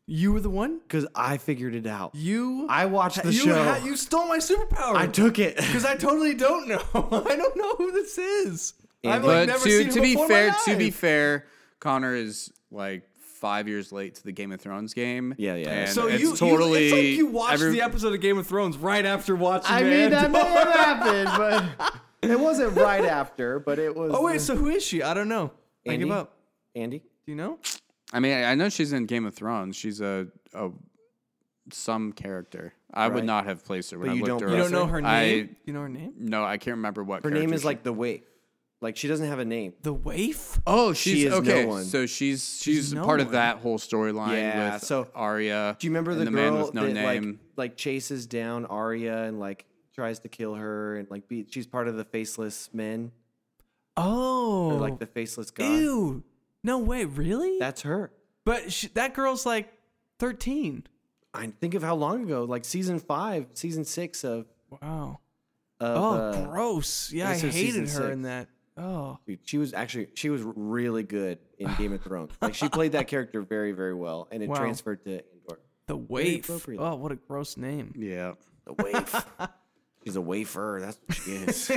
A: You were the one?
C: because I figured it out.
A: You.
C: I watched the
A: you
C: show.
A: ha- you stole my superpower.
C: I took it. <laughs>
A: Because I totally don't know. <laughs> I don't know who this is. I've like
B: But
A: never
B: to
A: seen
B: to
A: him
B: be
A: before in
B: fair,
A: my
B: to be
A: life.
B: fair, Connor is like five years late to the Game of Thrones game.
C: Yeah, yeah.
B: And
A: so
B: it's
A: you
B: totally
A: you, it's like you watched
B: every-
A: the episode of Game of Thrones right after watching.
C: I
A: the <laughs>
C: mean, that
A: end.
C: may have happened, but <laughs> it wasn't right after. But it was.
A: Oh wait, so who is she? I don't know. I give
C: Andy?
A: up.
C: Andy.
A: Do you know?
B: I mean, I know she's in Game of Thrones. She's a, a some character. I would
C: Right.
B: not have placed her when
C: But
B: I
C: you
B: looked
C: don't-
B: her
A: You
B: up.
A: don't know her
B: I-
A: name. Do you know her name?
B: No, I can't remember what
C: Her name
B: character
C: is
B: she-
C: like the waif. Like she doesn't have a name.
A: The Waif.
B: Oh, she's
C: is no
B: okay.
C: one.
B: So she's she's
A: no
B: part of
A: one.
B: that whole storyline
C: Yeah,
B: with
C: so-
B: Arya.
C: Do you remember
B: and
C: the,
B: the
C: girl
B: man with no
C: that
B: name?
C: like like chases down Arya and like tries to kill her and like be, she's part of the faceless men
A: Oh.
C: or like the faceless god.
A: ew. No way. Really?
C: That's her.
A: but sh that girl's like thirteen.
C: I think of how long ago, like season five, season six of
A: Wow.
C: of
A: Oh,
C: uh,
A: gross. Yeah, I
C: episode
A: hated
C: season
A: her in
C: six.
A: that. Oh.
C: dude, she was actually she was really good in Game of Thrones.
A: <sighs>
C: Like she played that character very very well, and it
A: Wow.
C: transferred to Andor.
A: The Waif.
C: appropriate.
A: Oh, what a gross name. <laughs>
B: Yeah.
C: The waif. She's a wafer. That's what she
A: <laughs>
C: is.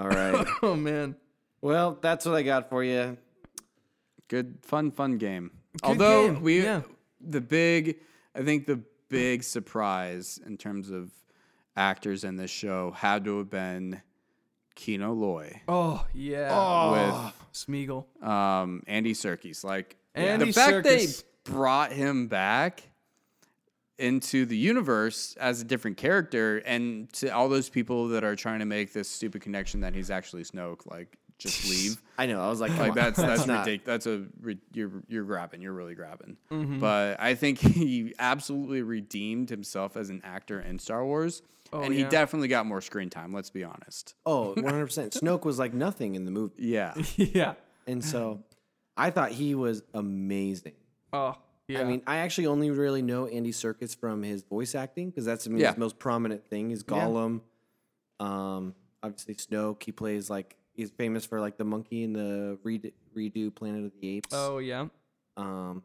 C: All right.
A: Oh man.
C: Well, that's what I got for you.
B: Good fun fun game. Although
A: game,
B: we
A: yeah.
B: the big I think the big surprise in terms of actors in this show had to have been Kino Loy
A: Oh yeah.
B: with
A: Smeagol.
B: um, Andy Serkis. Like
A: Ah. Andy
B: the fact
A: Serkis.
B: they brought him back into the universe as a different character, and to all those people that are trying to make this stupid connection that he's actually Snoke, like
A: <laughs>
B: just leave.
C: I know. I was like, come
B: Like
C: on,
B: that's that's
C: not-
B: ridiculous. That's a ri- you're you're grabbing. You're really grabbing. But I think <laughs> he absolutely redeemed himself as an actor in Star Wars, and
A: yeah.
B: he definitely got more screen time. Let's be honest.
C: Oh, 100 percent. Snoke was like nothing in the movie,
B: Yeah,
A: yeah.
C: and so I thought he was amazing.
A: Oh yeah.
C: I mean, I actually only really know Andy Serkis from his voice acting because that's I mean,
B: Yeah.
C: his most prominent thing is Gollum. Um, obviously Snoke. He plays like he's famous for like the monkey in the redo, redo Planet of the Apes.
A: oh yeah.
C: Um,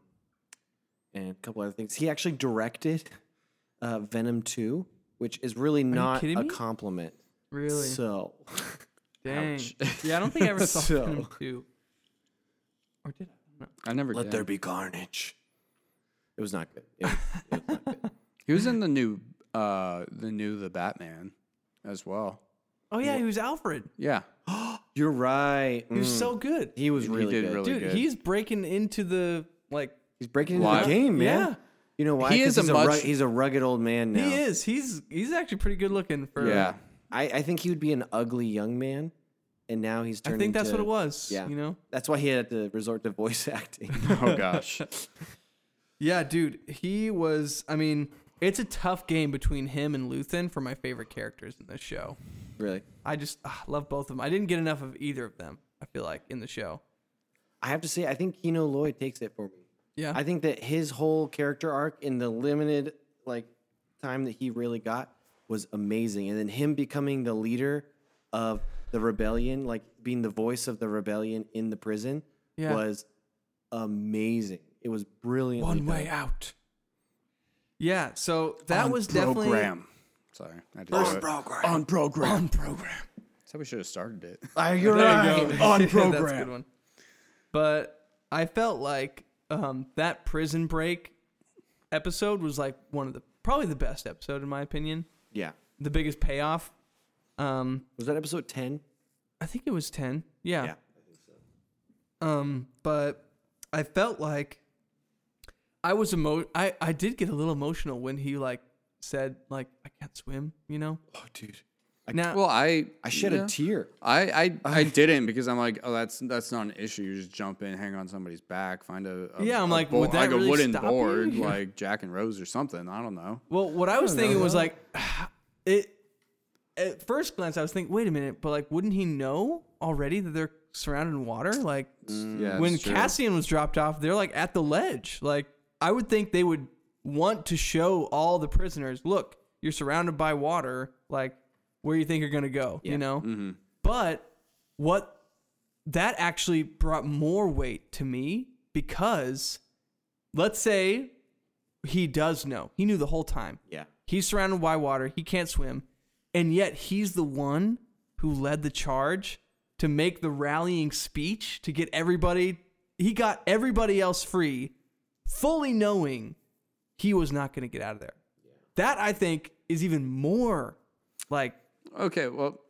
C: and a couple other things. He actually directed uh, Venom Two, which is really not
A: kidding
C: a
A: me?
C: compliment.
A: Really. <laughs>
C: So
A: Dang.
B: Ouch.
A: Yeah, I don't think I ever saw
C: So-
A: Venom 2. Or did I? No.
B: I never.
C: let
B: did.
C: there be carnage. It was not good. It was- it was not good.
B: He was in the new uh the new the Batman as well.
A: Oh yeah, he was Alfred.
B: Yeah.
C: You're right.
A: He was
C: Mm.
A: so good.
C: He was
B: He
C: really
B: did
C: good.
B: really
A: Dude,
B: good.
A: he's breaking into the like
C: He's breaking into
B: Live.
C: the game, man.
A: Yeah.
C: You know why?
B: He
C: 'Cause
B: is a
C: he's
B: much-
C: rug- he's a rugged old man now.
A: he is. He's he's actually pretty good looking for
B: yeah.
C: I, I think he would be an ugly young man, and now he's
A: I
C: turned.
A: think that's what
C: into-
A: it was.
C: Yeah.
A: You know?
C: That's why he had to resort to voice
A: <laughs>
C: <laughs> acting.
B: Oh gosh.
A: Yeah, dude. He was I mean, it's a tough game between him and Luthen for my favorite characters in this show.
C: really,
A: I just ah, love both of them. I didn't get enough of either of them, I feel like, in the show.
C: I have to say, I think Kino Lloyd takes it for me.
A: Yeah.
C: I think that his whole character arc in the limited like time that he really got was amazing, and then him becoming the leader of the rebellion, like being the voice of the rebellion in the prison,
A: Yeah.
C: was amazing. It was brilliant.
A: One way out. Yeah, so that was <laughs> definitely
B: program. Sorry. I did on program. On program. On program. That's how we should have started it. <laughs>
C: you're
A: on program. <laughs> That's a good one. But I felt like um, that prison break episode was like one of the probably the best episode in my opinion.
C: Yeah.
A: The biggest payoff. Um,
C: Was that episode 10?
A: I think it was ten. Yeah. Um, but I felt like I was emo. I I did get a little emotional when he like said like I can't swim. You know.
C: Oh, dude.
A: Now,
B: Well, I
C: I shed
B: yeah.
C: a tear.
B: I,
A: <laughs>
B: I I didn't because I'm like, oh, that's that's not an issue. You just jump in, hang on somebody's back, find a, a
A: Yeah, I'm
B: a
A: like, would that
B: like
A: really
B: a wooden
A: stop
B: board,
A: you? <laughs>
B: like Jack and Rose or something. I don't know.
A: Well, what I was
C: don't
A: thinking
C: know.
A: was like, <sighs> it. At first glance, I was thinking, wait a minute, but like, wouldn't he know already that they're surrounded in water? Like,
B: Yeah,
A: when
B: it's true.
A: Cassian was dropped off, they're like at the ledge. Like, I would think they would want to show all the prisoners, look, you're surrounded by water. Like, where you think you're gonna go? You know. But what that actually brought more weight to me because let's say he does know. He knew the whole time.
C: Yeah.
A: He's surrounded by water. He can't swim. And yet he's the one who led the charge to make the rallying speech to get everybody. He got everybody else free, fully knowing he was not going to get out of there. That, I think, is even more like
B: Okay, well,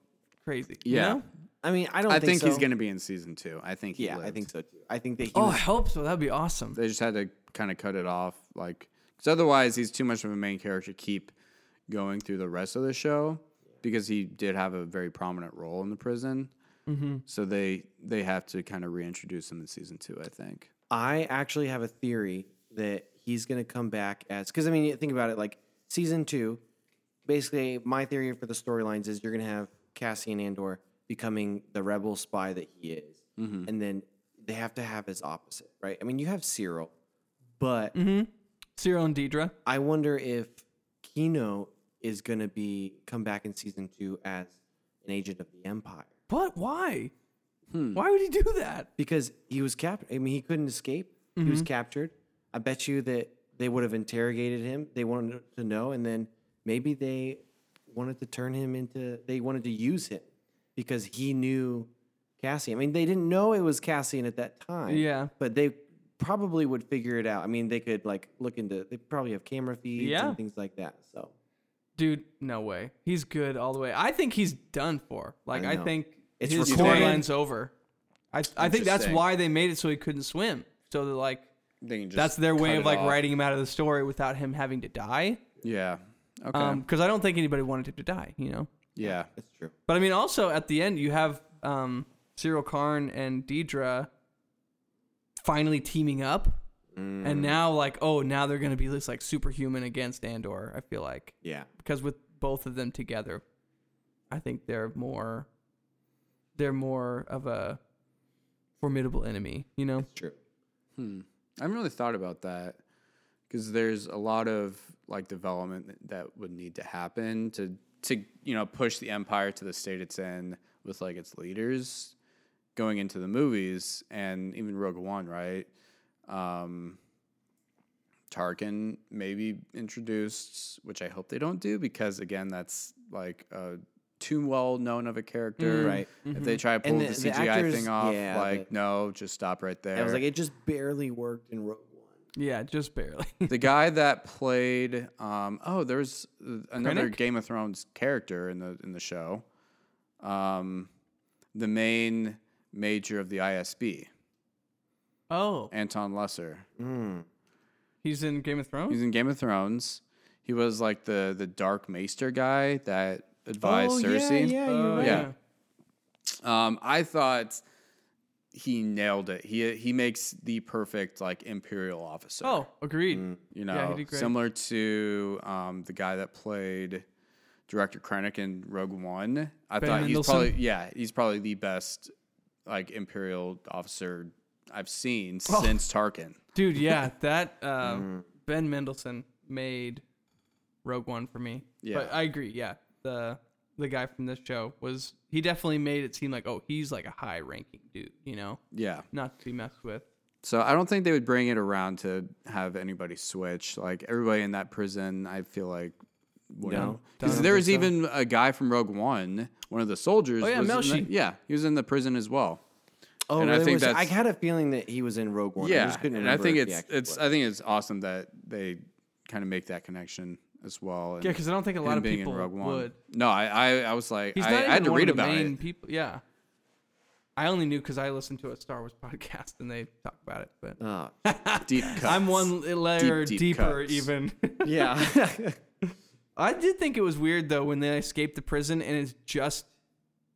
A: crazy.
B: Yeah.
A: You know?
C: I mean, I don't.
B: I think,
C: so.
B: he's gonna be in season two. I think. He
C: Yeah, I
B: lived.
C: think so too. I think that he.
A: Oh, I
C: was-
A: hope so. That'd be awesome.
B: they just had to kind of cut it off, like because otherwise he's too much of a main character. to Keep going through the rest of the show because he did have a very prominent role in the prison.
A: Mm-hmm.
B: So they they have to kind of reintroduce him in season two. I think.
C: I actually have a theory that he's going to come back as because I mean, think about it. Like season two, basically, my theory for the storylines is you're going to have Cassian Andor becoming the rebel spy that he is, and then they have to have his opposite, right? I mean, you have Cyril, but
A: Cyril and Deidre.
C: I wonder if Kino is going to be come back in season two as an agent of the Empire
A: What? Why? Why would he do that?
C: because he was captured. I mean, he couldn't escape. He was captured. I bet you that they would have interrogated him. They wanted to know, and then maybe they wanted to turn him into. They wanted to use him because he knew Cassian. I mean, they didn't know it was Cassian at that time.
A: Yeah.
C: but they probably would figure it out. I mean, they could like look into. They probably have camera feeds
A: Yeah.
C: and things like that. So
A: Dude, no way. He's good all the way. I think he's done for. Like
C: I
A: I,
C: know.
A: think
C: It's
A: his
C: recorded.
A: storyline's over. I I think that's
B: Interesting.
A: why they made it so he couldn't swim. So they're like
B: They can just
A: that's their
B: cut
A: way of
B: it
A: like
B: off.
A: writing him out of the story without him having to die.
B: Yeah. Okay.
A: Um 'cause because I don't think anybody wanted him to die, you know.
B: yeah.
C: that's true.
A: But I mean also at the end you have um Cyril Karn and Deidre finally teaming up.
B: Mm.
A: And now like oh now they're gonna be this like superhuman against Andor, I feel like.
C: Yeah,
A: because with both of them together, I think they're more they're more of a formidable enemy, you know?
C: it's true.
B: I haven't really thought about that because there's a lot of like development that- that would need to happen to to you know push the empire to the state it's in with like its leaders going into the movies and even Rogue One, right? Um, Tarkin maybe introduced, which I hope they don't do because again, that's like uh, too well known of a character,
C: Right.
B: If they try to pull
C: Mm. Mm-hmm. And
B: the,
C: the- the
B: CGI
C: actors-
B: thing off,
C: yeah,
B: like
C: the-
B: no, just stop right there.
C: I was like, it just barely worked in Rogue One.
A: Yeah, just barely. <laughs>
B: the guy that played um oh there was uh, another
A: Krennic?
B: Game of Thrones character in the in the show um the main major of the ISB
A: oh,
B: Anton Lesser
A: he's in Game of Thrones.
B: he's in Game of Thrones he was like the the dark maester guy that advised Cersei
C: Oh, Yeah, yeah, you're
A: Oh,
C: right.
B: yeah. Um, I thought he nailed it. He he makes the perfect like imperial officer.
A: Oh, agreed.
B: you
A: Yeah, he
B: know,
A: did great.
B: similar to um, the guy that played director Krennic in Rogue One. I
A: Ben
B: thought he's
A: Mendelsohn?
B: probably yeah, he's probably the best like imperial officer I've seen
A: Oh.
B: since Tarkin.
A: Dude, <laughs> yeah, that uh, Ben Mendelsohn made Rogue One for me.
B: Yeah.
A: But I agree, yeah. The the guy from this show was he definitely made it seem like oh, he's like a high ranking dude, you know?
B: Yeah.
A: Not to be messed with.
B: So I don't think they would bring it around to have anybody switch. Like everybody in that prison, I feel like wouldn't. Because
A: don't
B: there was
A: think so.
B: even a guy from Rogue One, one of the soldiers.
A: Oh, yeah,
B: was in
A: Melshi.
B: the- yeah, he was in the prison as well.
C: Oh,
B: And I
C: really?
B: think
C: Was- I
B: that's-
C: had a feeling that he was in Rogue One. I
B: yeah,
C: just couldn't
B: and I
C: remember
B: think
C: if he
B: it's
C: actually
B: it's
C: was.
B: I think it's awesome that they kind of make that connection as well. and
A: Yeah, because I don't think a lot
B: him
A: of
B: being
A: people
B: in Rogue One.
A: would.
B: No, I, I I was like
A: He's
B: I,
A: not even
B: I had to
A: one
B: read
A: of the
B: about
A: main
B: it.
A: people. Yeah, I only knew because I listened to a Star Wars <laughs> podcast and they talk about it. But
B: <laughs>
C: Ah,
B: <laughs> Deep cuts.
A: I'm one layer
B: deep
A: deeper,
B: cuts.
A: even.
C: yeah.
A: <laughs>
C: <laughs>
A: I did think it was weird though when they escape the prison and it's just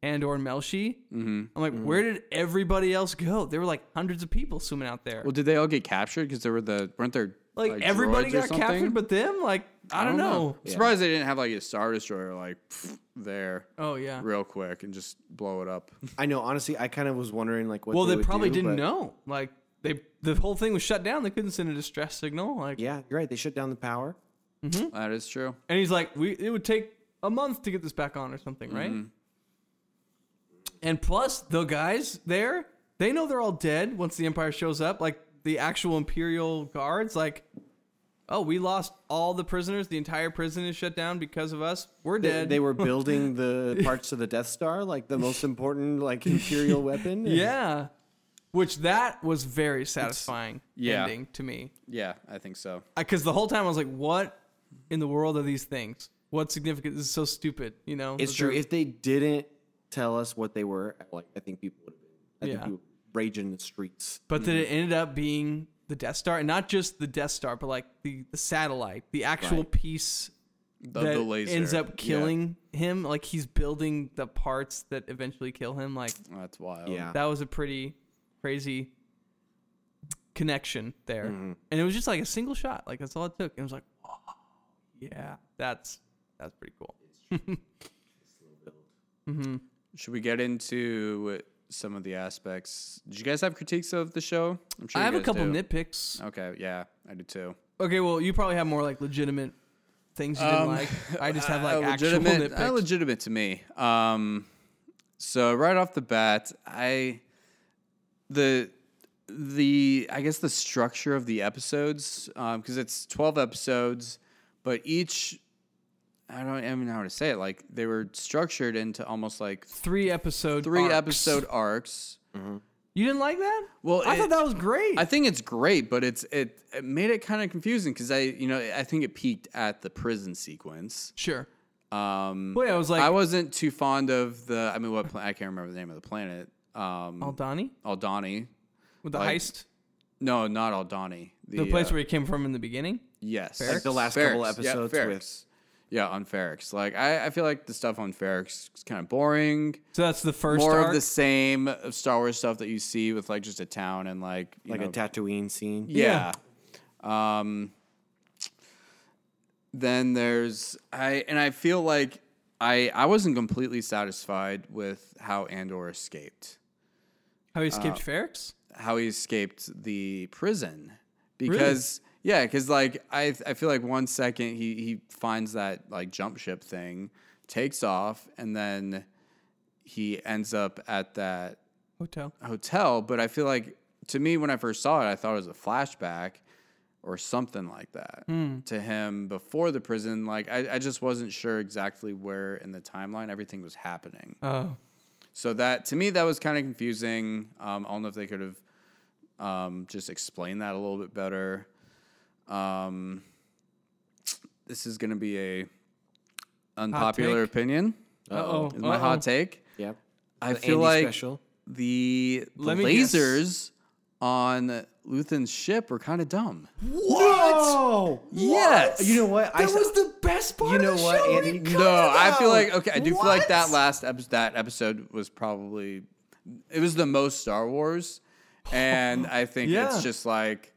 A: Andor and Melshi. Mm-hmm. I'm like, where did everybody else go? There were like hundreds of people swimming out there.
B: Well, did they all get captured? Because there were the weren't there
A: like, everybody
B: droids or
A: got captured,
B: something?
A: but them. Like I, don't, know.
B: I'm surprised they didn't have like a star destroyer like pfft, there
A: Oh yeah.
B: real quick and just blow it up.
C: I know. Honestly, I kind of was wondering like what.
A: Well, they,
C: would
A: probably
C: do,
A: didn't
C: but-
A: know. Like they, the whole thing was shut down. They couldn't send a distress signal. Like,
C: Yeah, you're right. They shut down the power.
A: Mm-hmm.
B: that is true.
A: and he's like, we it would take a month to get this back on or something, right?
C: Mm-hmm.
A: And plus, the guys there, they know they're all dead once the Empire shows up. Like the actual Imperial guards, like, oh, we lost all the prisoners. The entire prison is shut down because of us. We're
C: They,
A: dead.
B: <laughs>
C: they were building the parts to the Death Star, like the most
B: <laughs>
C: important like imperial weapon. and-
A: yeah. Which that was very satisfying
B: yeah.
A: ending to me.
B: Yeah, I think so.
A: because the whole time I was like, what in the world are these things? What significance? This is so stupid, you know?
C: It's
A: that
C: true.
A: they're-
C: If they didn't tell us what they were, like I think people would have been. I
A: Yeah.
C: think people would rage in the streets.
A: but
B: Mm-hmm.
A: then it ended up being the Death Star, and not just the Death Star, but like the, the satellite, the actual
C: Right.
A: piece
B: The,
A: that
B: the laser
A: ends
B: Yeah,
A: up killing him. Like he's building the parts that eventually kill him. Like
B: That's wild.
C: Yeah.
A: that was a pretty crazy connection there,
B: Mm-hmm.
A: and it was just like a single shot. Like that's all it took. And it was like, oh, yeah, that's that's pretty cool.
B: Should we get into some of the aspects? Did you guys have critiques of the show? I'm sure
A: I
B: you
A: have a
B: guys
A: couple
B: do.
A: nitpicks.
B: Okay, yeah, I do too.
A: Okay, well, you probably have more like legitimate things you didn't
B: Um,
A: like. I just
B: <laughs>
A: have like
B: uh,
A: actual
B: legitimate,
A: nitpicks.
B: uh, legitimate to me. Um, so right off the bat, I the the I guess the structure of the episodes because it's twelve episodes, but each I don't I don't know how to say it. Like they were structured into almost like
A: three episode.
B: three
A: arcs.
B: episode arcs.
A: You didn't like that?
B: Well,
A: I
B: it-
A: thought that was great.
B: I think it's great, but it's it, it made it kind of confusing because I you know I think it peaked at the prison sequence.
A: sure.
B: Um,
A: Well, yeah, I was like-
B: I wasn't too fond of the. I mean, what pla- I can't remember the name of the planet. Um,
A: Aldani
B: Aldani.
A: "Oh, with the
B: like,
A: heist,
B: No, not Aldani.
A: the place
B: uh,
A: where he came from in the beginning.
B: yes,
A: Like
C: the last
B: Ferrix,
C: couple
B: yeah,
C: episodes
B: Ferrix.
C: with-
B: Yeah, on Ferrix. Like I, I feel like the stuff on Ferrix is kind of boring.
A: So that's the first
B: More
A: arc.
B: of the same of Star Wars stuff that you see with like just a town and like you
C: Like
B: know,
C: a Tatooine scene.
B: Yeah. Um, then there's I and I feel like I I wasn't completely satisfied with how Andor escaped,
A: How he
B: uh,
A: escaped Ferrix.
B: how he escaped the prison because yeah, because like I I feel like one second he he finds that like jump ship thing, takes off, and then he ends up at that
A: Hotel.
B: hotel, but I feel like to me when I first saw it, I thought it was a flashback or something like that
A: Hmm.
B: to him before the prison. Like I, I just wasn't sure exactly where in the timeline everything was happening.
A: Oh,
B: So that to me that was kind of confusing. Um, I don't know if they could have um, just explained that a little bit better. Um, this is going to be a unpopular
A: take?
B: opinion.
A: Uh-oh.
B: Is my hot
A: Uh-oh.
B: take.
C: Yep.
B: I
C: The
B: feel
C: Andy
B: like
C: special.
B: the, the
A: Let me guess.
B: lasers on Luthen's ship were kind of dumb.
C: What?
B: Yes.
C: You know what? I
A: that
C: s-
A: was the best part.
C: You
A: of
C: know
A: the
C: what,
A: show. What are
C: Andy?
A: you
C: No,
A: talking
B: No, I feel
A: about?
B: like okay. I do feel like that
A: What?
B: last episode, that episode was probably it was the most Star Wars,
A: <laughs>
B: and I think
A: Yeah.
B: it's just like,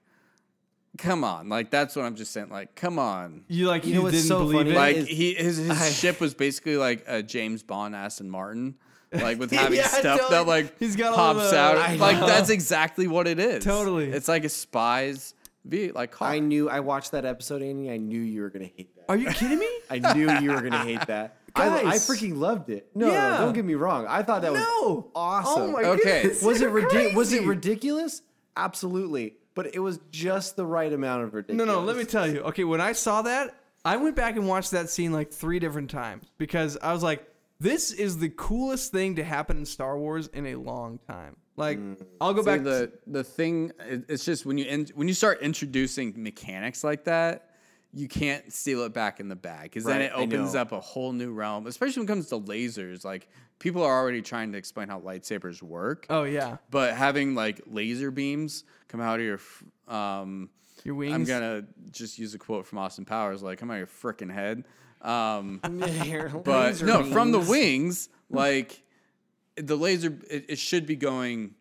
B: come on, like that's what I'm just saying. Like, come on,
A: You like you,
C: You know what's
A: didn't
C: so
A: believe
C: funny?
A: it.
B: like
C: is-
B: he his, his
C: I-
B: ship was basically like a James Bond Aston Martin. Like with
A: <laughs>
B: having
A: Yeah,
B: stuff
A: totally.
B: that like
A: He's got all
B: pops
A: the-
B: out,
A: I
B: like
A: know.
B: that's exactly what it is.
A: Totally.
B: it's like a spy's v like car.
C: I knew. I watched that episode, Andy. I knew you were gonna hate that.
A: are you kidding me?
C: I knew you were gonna hate that. I, I
A: Guys.
C: freaking loved it. No, no,
A: Yeah.
C: don't get me wrong. I thought that was
A: No.
C: awesome.
A: Oh my
B: Okay.
A: goodness.
C: was it ridi- was it
A: Crazy.
C: ridiculous? Absolutely, but it was just the right amount of
A: No,
C: ridiculous.
A: no, let me tell you. Okay, when I saw that, I went back and watched that scene like three different times because I was like, this is the coolest thing to happen in Star Wars in a long time. Like,
C: Mm.
A: I'll go back
B: See, the the thing it- it's just when you in, when you start introducing mechanics like that you can't seal it back in the bag because then
C: Right,
B: it
C: I
B: opens
C: know.
B: up a whole new realm especially when it comes to lasers like people are already trying to explain how lightsabers work
A: Oh, yeah.
B: but having like laser beams come out of your f- um
A: Your wings.
B: i'm gonna just use a quote from austin powers like come out of your freaking head Um,
C: <laughs> but
B: but no, from the wings, like the laser, it, it should be going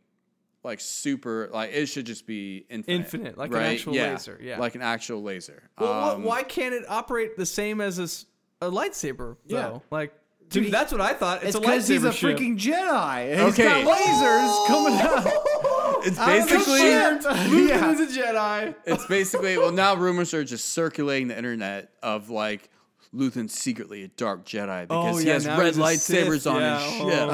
B: like super, like it should just be infinite,
A: Infinite, like an
B: right?
A: actual
B: yeah.
A: laser, yeah.
B: like an actual laser.
A: Well, what-
B: Um,
A: why can't it operate the same as a, s- a lightsaber? Though?
C: Yeah.
A: like dude,
C: he-
A: that's what I thought. It's,
C: It's
A: a
C: because
A: lightsaber
C: he's a
A: ship. <laughs> Oh!
C: freaking Jedi. and He's
B: Okay.
C: got lasers coming out.
B: It's
C: out of the
B: basically
C: shirt.
A: <laughs> Luke
C: Yeah.
A: is a Jedi.
B: it's basically well now rumors are just circulating the internet of like Luthen secretly a dark Jedi because
A: Oh,
B: he
A: yeah,
B: has
A: now
B: red
A: he's a
B: lightsabers
A: Sith,
B: on his
A: yeah.
B: ship.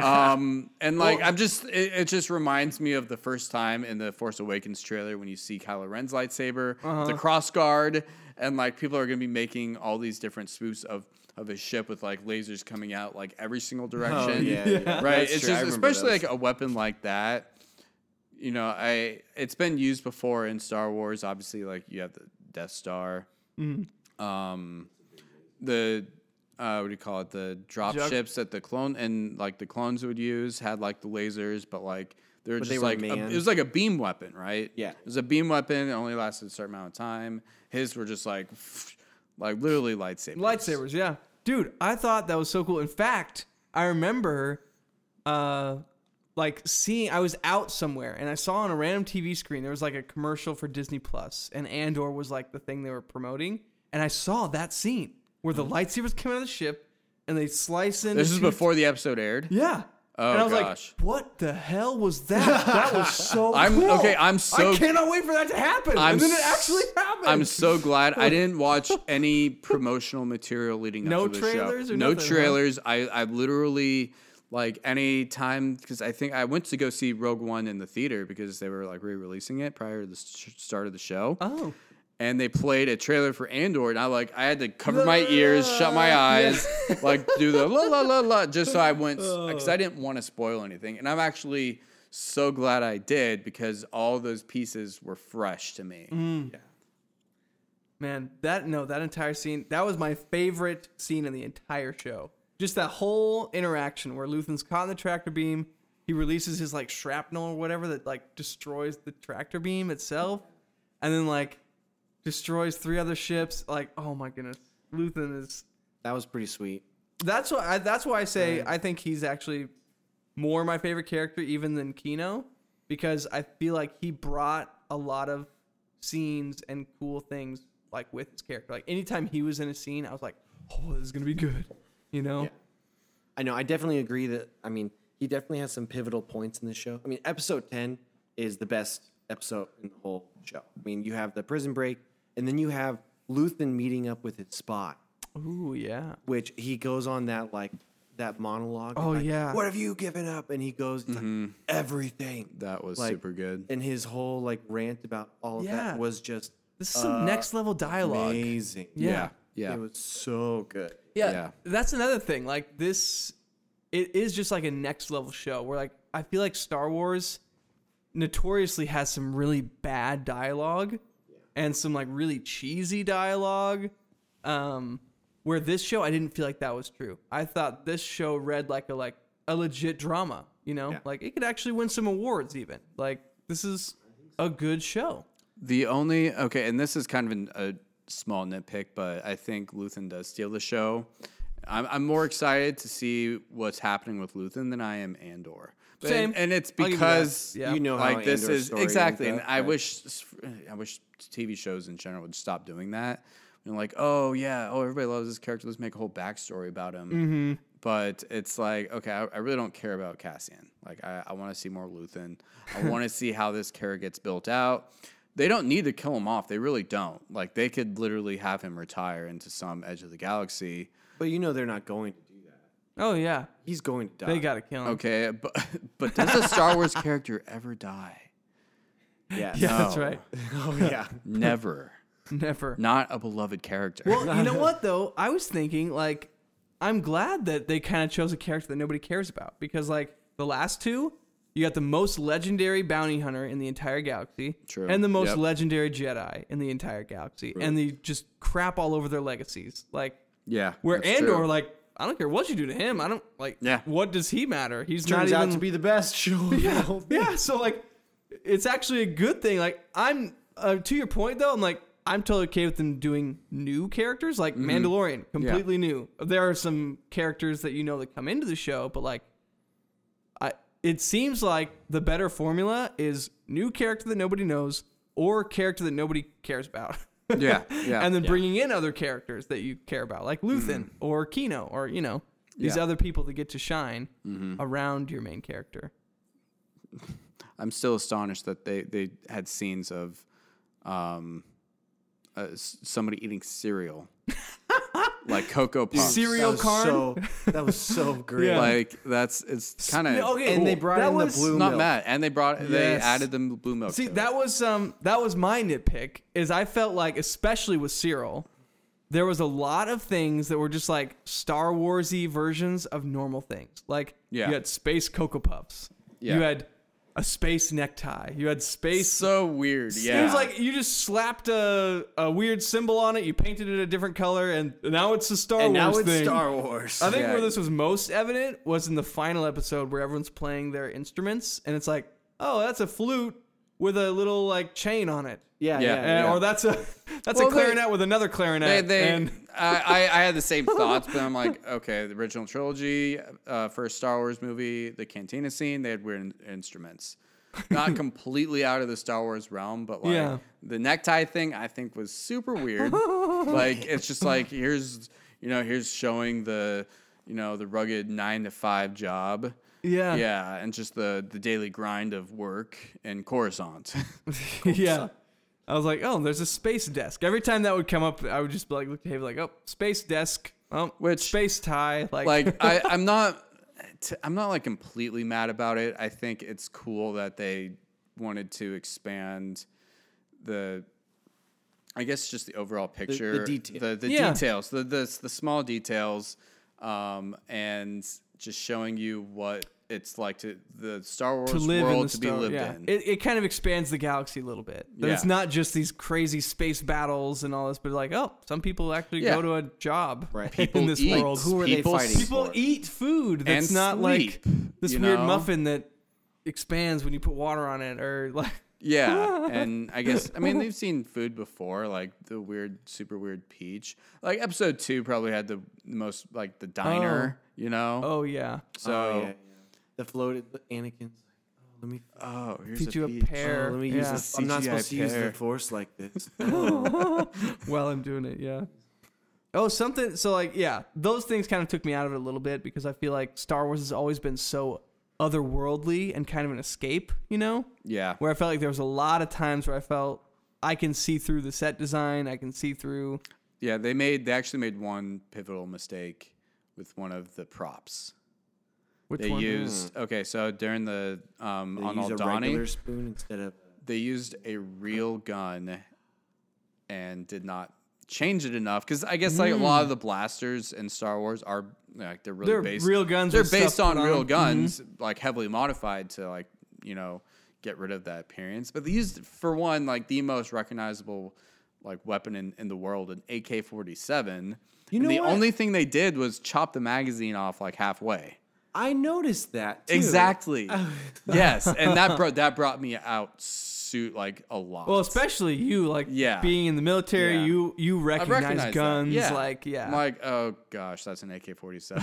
A: Oh,
B: Um, and like I'm just it, it just reminds me of the first time in the Force Awakens trailer when you see Kylo Ren's lightsaber, the
A: Uh-huh.
B: cross guard, and like people are gonna be making all these different spoofs of of his ship with like lasers coming out like every
A: Oh,
B: single direction.
C: yeah, yeah.
B: Right.
C: That's
B: it's
C: true. I
B: just
C: remember
B: especially
C: those.
B: like a weapon like that. You know, I it's been used before in Star Wars. Obviously, like you have the Death Star.
A: Mm-hmm.
B: Um the uh, what do you call it? The drop
A: Jug-
B: ships that the clone and like the clones would use had like the lasers, but like they were
C: But
B: just
C: they were
B: like a,
C: manned.
B: it was like a beam weapon, right?
C: Yeah.
B: it was a beam weapon. It only lasted a certain amount of time. His were just like, <sniffs> like literally lightsabers.
A: Lightsabers, yeah. Dude, I thought that was so cool. In fact, I remember uh like seeing I was out somewhere and I saw on a random TV screen there was like a commercial for Disney Plus and Andor was like the thing they were promoting and I saw that scene where the lightsabers came out of the ship and they slice in
B: Hmm. This is before the episode aired.
A: Yeah.
B: Oh,
A: and I was
B: gosh.
A: like, "What the hell was that? That was
B: <laughs>
A: so
B: I'm-
A: cool.
B: okay, I'm so-
A: I cannot wait for that to happen."
B: I'm
A: and then it
B: s-
A: actually happened. <laughs>
B: I'm so glad I didn't watch any promotional material leading
A: No
B: up to the show.
A: trailers or
B: no
A: nothing, huh?
B: trailers. I I literally like any time because I think I went to go see Rogue One in the theater because they were like re-releasing it prior to the s- start of the show.
A: Oh.
B: And they played a trailer for Andor, and I like I had to cover my ears, shut
A: <laughs>
B: my eyes, like do the la la la la, just so I went
A: Oh.
B: because I didn't want to spoil anything. And I'm actually so glad I did because all those pieces were fresh to me.
A: Mm. Man, that no, that entire scene, that was my favorite scene in the entire show. Just that whole interaction where Luthen's caught in the tractor beam, he releases his like shrapnel or whatever that like destroys the tractor beam itself, and then like destroys three other ships. Like, oh my goodness, Luthen is.
C: That was pretty sweet.
A: That's why. I, that's why I say I think he's actually more my favorite character even than Kino, because I feel like he brought a lot of scenes and cool things like with his character. Like anytime he was in a scene, I was like, "Oh, this is gonna be good," you know.
C: Yeah. I know. I definitely agree that. I mean, he definitely has some pivotal points in this show. I mean, episode ten is the best episode in the whole show. I mean, you have the prison break, and then you have Luthen meeting up with his spot,
A: Ooh, yeah.
C: which he goes on that like that monologue. of,
A: Oh,
C: like,
A: yeah.
C: What have you given up? And he goes it's like, everything.
B: Mm-hmm. That was
C: Like,
B: super good.
C: And his whole like rant about all of
A: Yeah.
C: that was just
A: This is some next level dialogue.
C: amazing.
A: Yeah.
B: Yeah.
C: It was so good.
A: yeah,
B: Yeah.
A: That's another thing. Like this, it is just like a next level show. Where like I feel like Star Wars notoriously has some really bad dialogue and some like really cheesy dialogue. Um, where this show, I didn't feel like that was true. I thought this show read like a like a legit drama. You know,
C: Yeah.
A: like it could actually win some awards. Even like this is a good show.
B: The only okay, and this is kind of an, a small nitpick, but I think Luthen does steal the show. I'm, I'm more excited to see what's happening with Luthen than I am Andor. But-
A: Same.
B: and, it's
A: I'll give you that.
B: because
A: Yeah.
C: You know how
B: like this
C: Andor's
B: is
C: story ends
B: exactly, and
C: up,
B: I
C: right?
B: wish I wish TV shows in general would stop doing that. And like, oh yeah, oh everybody loves this character. Let's make a whole backstory about him.
A: Mm-hmm.
B: But it's like, okay, I, I really don't care about Cassian. Like, I, I want to see more Luthen.
A: <laughs>
B: I want to see how this character gets built out. They don't need to kill him off. They really don't. Like, they could literally have him retire into some Edge of the Galaxy.
C: But you know they're not going to do that.
A: Oh yeah,
C: He's going to die.
A: they gotta kill him.
B: Uh, Okay, but <laughs> but does a Star Wars character
A: <laughs>
B: ever die?
A: <laughs>
C: Yes.
A: Yeah, that's
B: No.
A: right.
C: <laughs> Oh yeah.
B: Never.
A: Never.
B: Not a beloved character.
A: Well, you know what though? I was thinking like I'm glad that they kind of chose a character that nobody cares about because like the last two, you got the most legendary bounty hunter in the entire galaxy,
B: True.
A: and the most
B: Yep.
A: legendary Jedi in the entire galaxy, and they just crap all over their legacies. Like
B: <laughs> yeah.
A: where
B: that's
A: Andor,
B: true.
A: like I don't care what you do to him, I don't like.
B: Yeah.
A: What does he matter? He's
C: Turns
A: not
C: out
A: even
C: to be the best <laughs>
A: <laughs>
C: show. of the
B: <laughs>
C: whole thing.
A: yeah so like it's actually a good thing like i'm uh, to your point though i'm like I'm totally okay with them doing new characters, like
B: Mm-hmm.
A: Mandalorian, completely new. There are some characters that you know that come into the show, but like, I it seems like the better formula is new character that nobody knows or character that nobody cares about.
B: Yeah, yeah.
A: <laughs>
B: Mm-hmm.
A: and then bringing in other characters that you care about, like Luthen or Kino, or you know these
B: Yeah. Mm-hmm.
A: other people that get to shine around your main character.
B: I'm still astonished that they, they had scenes of um, uh, s- somebody
A: <laughs>
B: eating cereal, like Cocoa Puffs.
A: Cereal
C: that was
A: card?
C: So, <laughs> that was so great.
A: Yeah.
B: Like that's it's kind of
A: Okay,
C: And they
A: cool.
C: brought
A: That
C: in the
A: was-
C: blue
B: not
C: milk.
B: mad, and they brought they
C: Yes.
B: added the blue milk.
A: See,
B: to it.
A: that was um that was my nitpick is I felt like especially with Cyril, there was a lot of things that were just like Star Warsy versions of normal things. Like
B: Yeah.
A: you had space cocoa puffs.
B: Yeah.
A: You had a space necktie. You had space
B: so weird. Yeah,
A: It was like you just slapped a, a weird symbol on it, you painted it a different color, and now it's a Star
C: And
A: Wars
C: now it's
A: thing.
C: Star Wars.
A: I think
B: Yeah.
A: where this was most evident was in the final episode where everyone's playing their instruments and it's like, oh, that's a flute with a little like chain on it,
C: yeah,
B: Yeah.
C: yeah,
A: and,
C: yeah.
A: or that's a <laughs> that's
B: Well,
A: a
B: they-
A: clarinet with another
B: They,
A: clarinet.
B: they, <laughs>
A: and <laughs>
B: I, I, I had the same thoughts, but I'm like, okay, the original trilogy, uh, first Star Wars movie, the cantina scene, they had weird in- instruments.
A: <laughs>
B: Not completely out of the Star Wars realm, but like
A: Yeah.
B: the necktie thing, I think was super
A: <laughs>
B: weird. like it's just like here's you know here's showing the you know the rugged nine to five job.
A: Yeah.
B: yeah, and just the the daily grind of work and Coruscant. <laughs>
A: yeah. I was like, oh, there's a space desk. Every time that would come up, I would just be like, look at Dave, like, oh, space desk, oh,
B: Which-
A: space tie, like,
B: like
A: <laughs>
B: I, I'm not, t- I'm not like completely mad about it. I think it's cool that they wanted to expand the, I guess just the overall picture,
C: detail.
B: the, the
A: Yeah.
B: details, the, the the small details, um, and just showing you what it's like to the Star Wars
A: to live in
B: world
A: the
B: to be
A: star-
B: lived
A: yeah.
B: in.
A: It, it kind of expands the galaxy a little bit. That It's
B: Yeah.
A: not just these crazy space battles and all this, but like, oh, some people actually
B: Yeah.
A: go to a job
C: Right.
A: <laughs> in
B: People
A: this
B: eat.
A: world.
C: Who are they
B: People
C: fighting?
A: people
C: for it.
A: eat food that's
B: And
A: not
B: sleep,
A: like this
B: you
A: weird
B: know?
A: muffin that expands when you put water on it, or like, <laughs>
B: Yeah, and I guess I mean they've seen food before, like the weird, super weird peach. Like episode two probably had the most, like the diner, you know.
A: oh yeah,
B: so
C: Oh,
B: oh,
C: yeah, yeah. the floated the Anakin's. Oh, let me.
B: here's
A: feed you a
B: peach.
A: pear.
C: Oh, let me
A: yeah.
C: use this. I'm not
B: CGI
C: supposed to use the
B: pear.
C: force like this. Oh.
A: while I'm doing it, yeah. Oh, something. So, like, yeah, those things kind of took me out of it a little bit because I feel like Star Wars has always been so otherworldly and kind of an escape, you know?
B: Yeah,
A: Where I felt like there was a lot of times where I felt I can see through the set design, I can see through.
B: yeah. They made they actually made one pivotal mistake with one of the props
A: Which
B: they
A: one?
B: used. Okay, so during the um,
C: They
B: on
C: use a
B: Aldani,
C: regular spoon instead of.
B: they used a real gun and did not change it enough because I guess like a lot of the blasters in Star Wars are like they're really
A: Hmm. They're
B: based
A: real guns
B: They're
A: with
B: based
A: stuff
B: on
A: put
B: real
A: on- Mm-hmm.
B: guns, like heavily modified to like you know get rid of that appearance. But they used for one like the most recognizable like weapon in, in the world, an AK forty seven. You
C: know
B: and the
C: what?
B: only thing they did was chop the magazine off like halfway.
C: I noticed that too.
B: Exactly.
A: Oh.
B: yes,
A: <laughs>
B: and that brought that brought me out suit like a lot.
A: Well, especially you, like,
B: Yeah.
A: being in the military,
B: Yeah.
A: you you
B: I
A: recognize,
B: recognize that.
A: guns,
B: Yeah.
A: like, yeah,
B: I'm like, oh gosh, that's an AK
A: <laughs>
B: forty seven.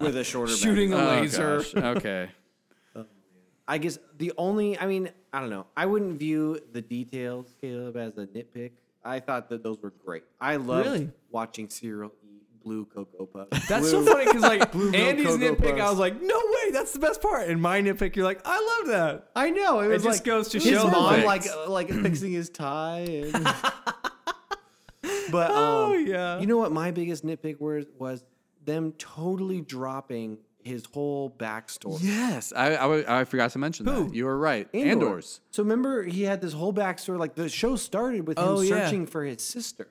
C: with a shorter
A: shooting a laser. <laughs>
B: Oh, Okay.
C: I guess the only, I mean, I don't know. I wouldn't view the details, Caleb, as a nitpick. I thought that those were great. I loved
A: Really?
C: watching Cyril eat blue cocoa puffs.
A: That's so
C: <laughs> Blue-
A: funny because
B: <laughs>
A: like
C: Blue milk
A: Andy's
C: Cocoa
A: nitpick, I
C: Puffs.
A: was like, no way, that's the best part. And my nitpick, you're like, I love that.
C: I know. It, was
A: just
C: like
A: goes to
C: his
A: show
C: mom,
B: that-
C: like uh, like fixing his tie. <laughs> And... but um,
A: Oh, yeah.
C: you know what? My biggest nitpick was was them totally dropping his whole backstory.
B: Yes, I, I, wa- I forgot to mention
A: Who?
B: that. You were right.
C: Andor.
B: Andor's.
C: So remember, he had this whole backstory. Like the show started with him
A: Oh, yeah.
C: searching for his sister,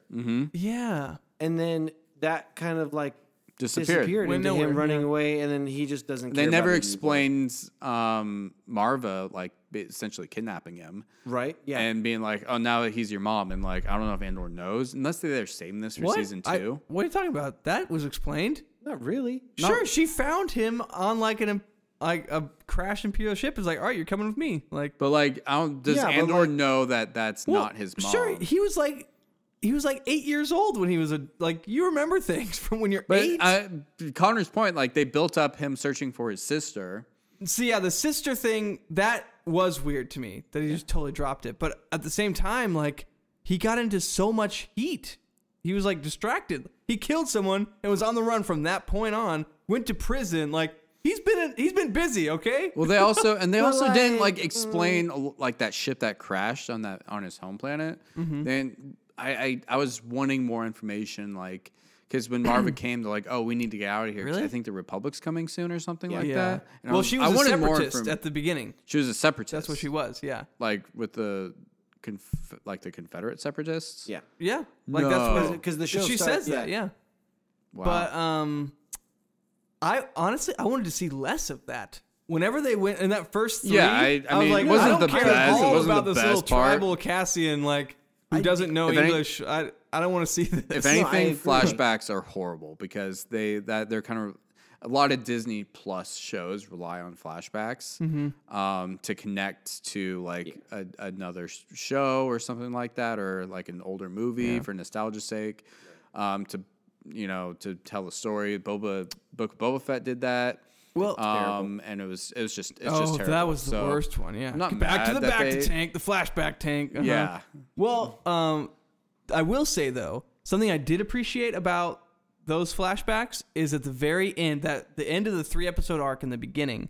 A: Yeah.
C: and then that kind of like
B: Disappeared.
C: disappeared
A: Went
C: into
A: nowhere,
C: him running
A: yeah.
C: away, and then he just doesn't.
B: They
C: care
B: never
C: about it
B: explains um, Marva like ba- essentially kidnapping him
C: anymore. right? Yeah,
B: and being like, oh, now he's your mom, and like I don't know if Andor knows unless they're saving this for season
A: I-
B: two.
A: what are you talking about? That was explained.
C: not really.
A: Sure, she found him on like an like a crash and PO ship is like, all right, you're coming with me. Like,
B: But like, I don't, does
C: Yeah, but,
B: Andor
C: like-
B: know that that's not his mom?
A: Sure, he was like, he was like eight years old when he was a like. You remember things from when you're
B: but
A: eight.
B: I, Connor's point, like they built up him searching for his sister.
A: so yeah, the sister thing that was weird to me that he just totally dropped it. But at the same time, like he got into so much heat, he was like distracted. He killed someone and was on the run from that point on. Went to prison. Like he's been in, he's been busy. Okay.
B: Well, they also
A: <laughs>
B: and they also didn't
C: like,
B: like
A: mm.
B: explain a- like that ship that crashed on that on his home planet.
A: Mm-hmm.
B: Then I, I I was wanting more information, like because when
A: <clears throat>
B: Marva came, they're like, "Oh, we need to get out of here." 'cause I
A: Really?
B: think the Republic's coming soon or something like that. And I
A: well, she was
B: I
A: a
B: wanted more
A: separatist
B: inform-
A: at the beginning.
B: she was a separatist.
A: That's what she was. Yeah.
B: like with the conf- like the Confederate separatists.
C: Yeah.
A: Yeah. Like that's
B: No.
A: what
C: 'Cause the show
A: she
C: starts-
A: says that.
C: yeah.
A: Yeah.
B: Wow.
A: But um, I honestly I wanted to see less of that. Whenever they went in that first three,
B: Yeah, I- I
A: was
B: mean,
A: like,
B: it wasn't
A: I don't
B: the
A: care
B: best-
A: at
B: it
A: all
B: wasn't
A: about
B: the
A: this little
B: best part.
A: tribal Cassian like who doesn't know
B: if any-
A: English. I I don't want to see this.
B: if anything,
C: agree.
B: flashbacks are horrible because they that they're kind of a lot of Disney Plus shows rely on flashbacks
A: Mm-hmm.
B: um, to connect to like a, another s- show or something like that, or like an older movie for nostalgia's sake, um, to you know to tell the story. Boba Book of Boba Fett did that.
A: Well-
B: um, and it was it was just it's
A: oh,
B: just terrible.
A: that was the
B: So-
A: worst one. Yeah,
B: I'm not
A: Get back to
B: mad
A: the
B: that
A: back
B: they-
A: to tank, the flashback tank. uh-huh.
B: Yeah.
A: Well, um, I will say though, something I did appreciate about those flashbacks is at the very end, that the end of the three episode arc in the beginning,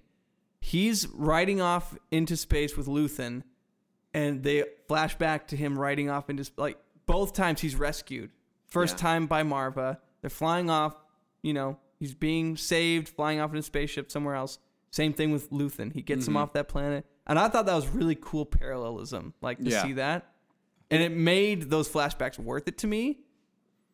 A: he's riding off into space with Luthen, and they flash back to him riding off into sp- like both times he's rescued. First time by Marva, they're flying off. You know, he's being saved, flying off in a spaceship somewhere else. Same thing with Luthen. He gets him off that planet, and I thought that was really cool parallelism. Like to
B: Yeah.
A: see that and it made those flashbacks worth it to me.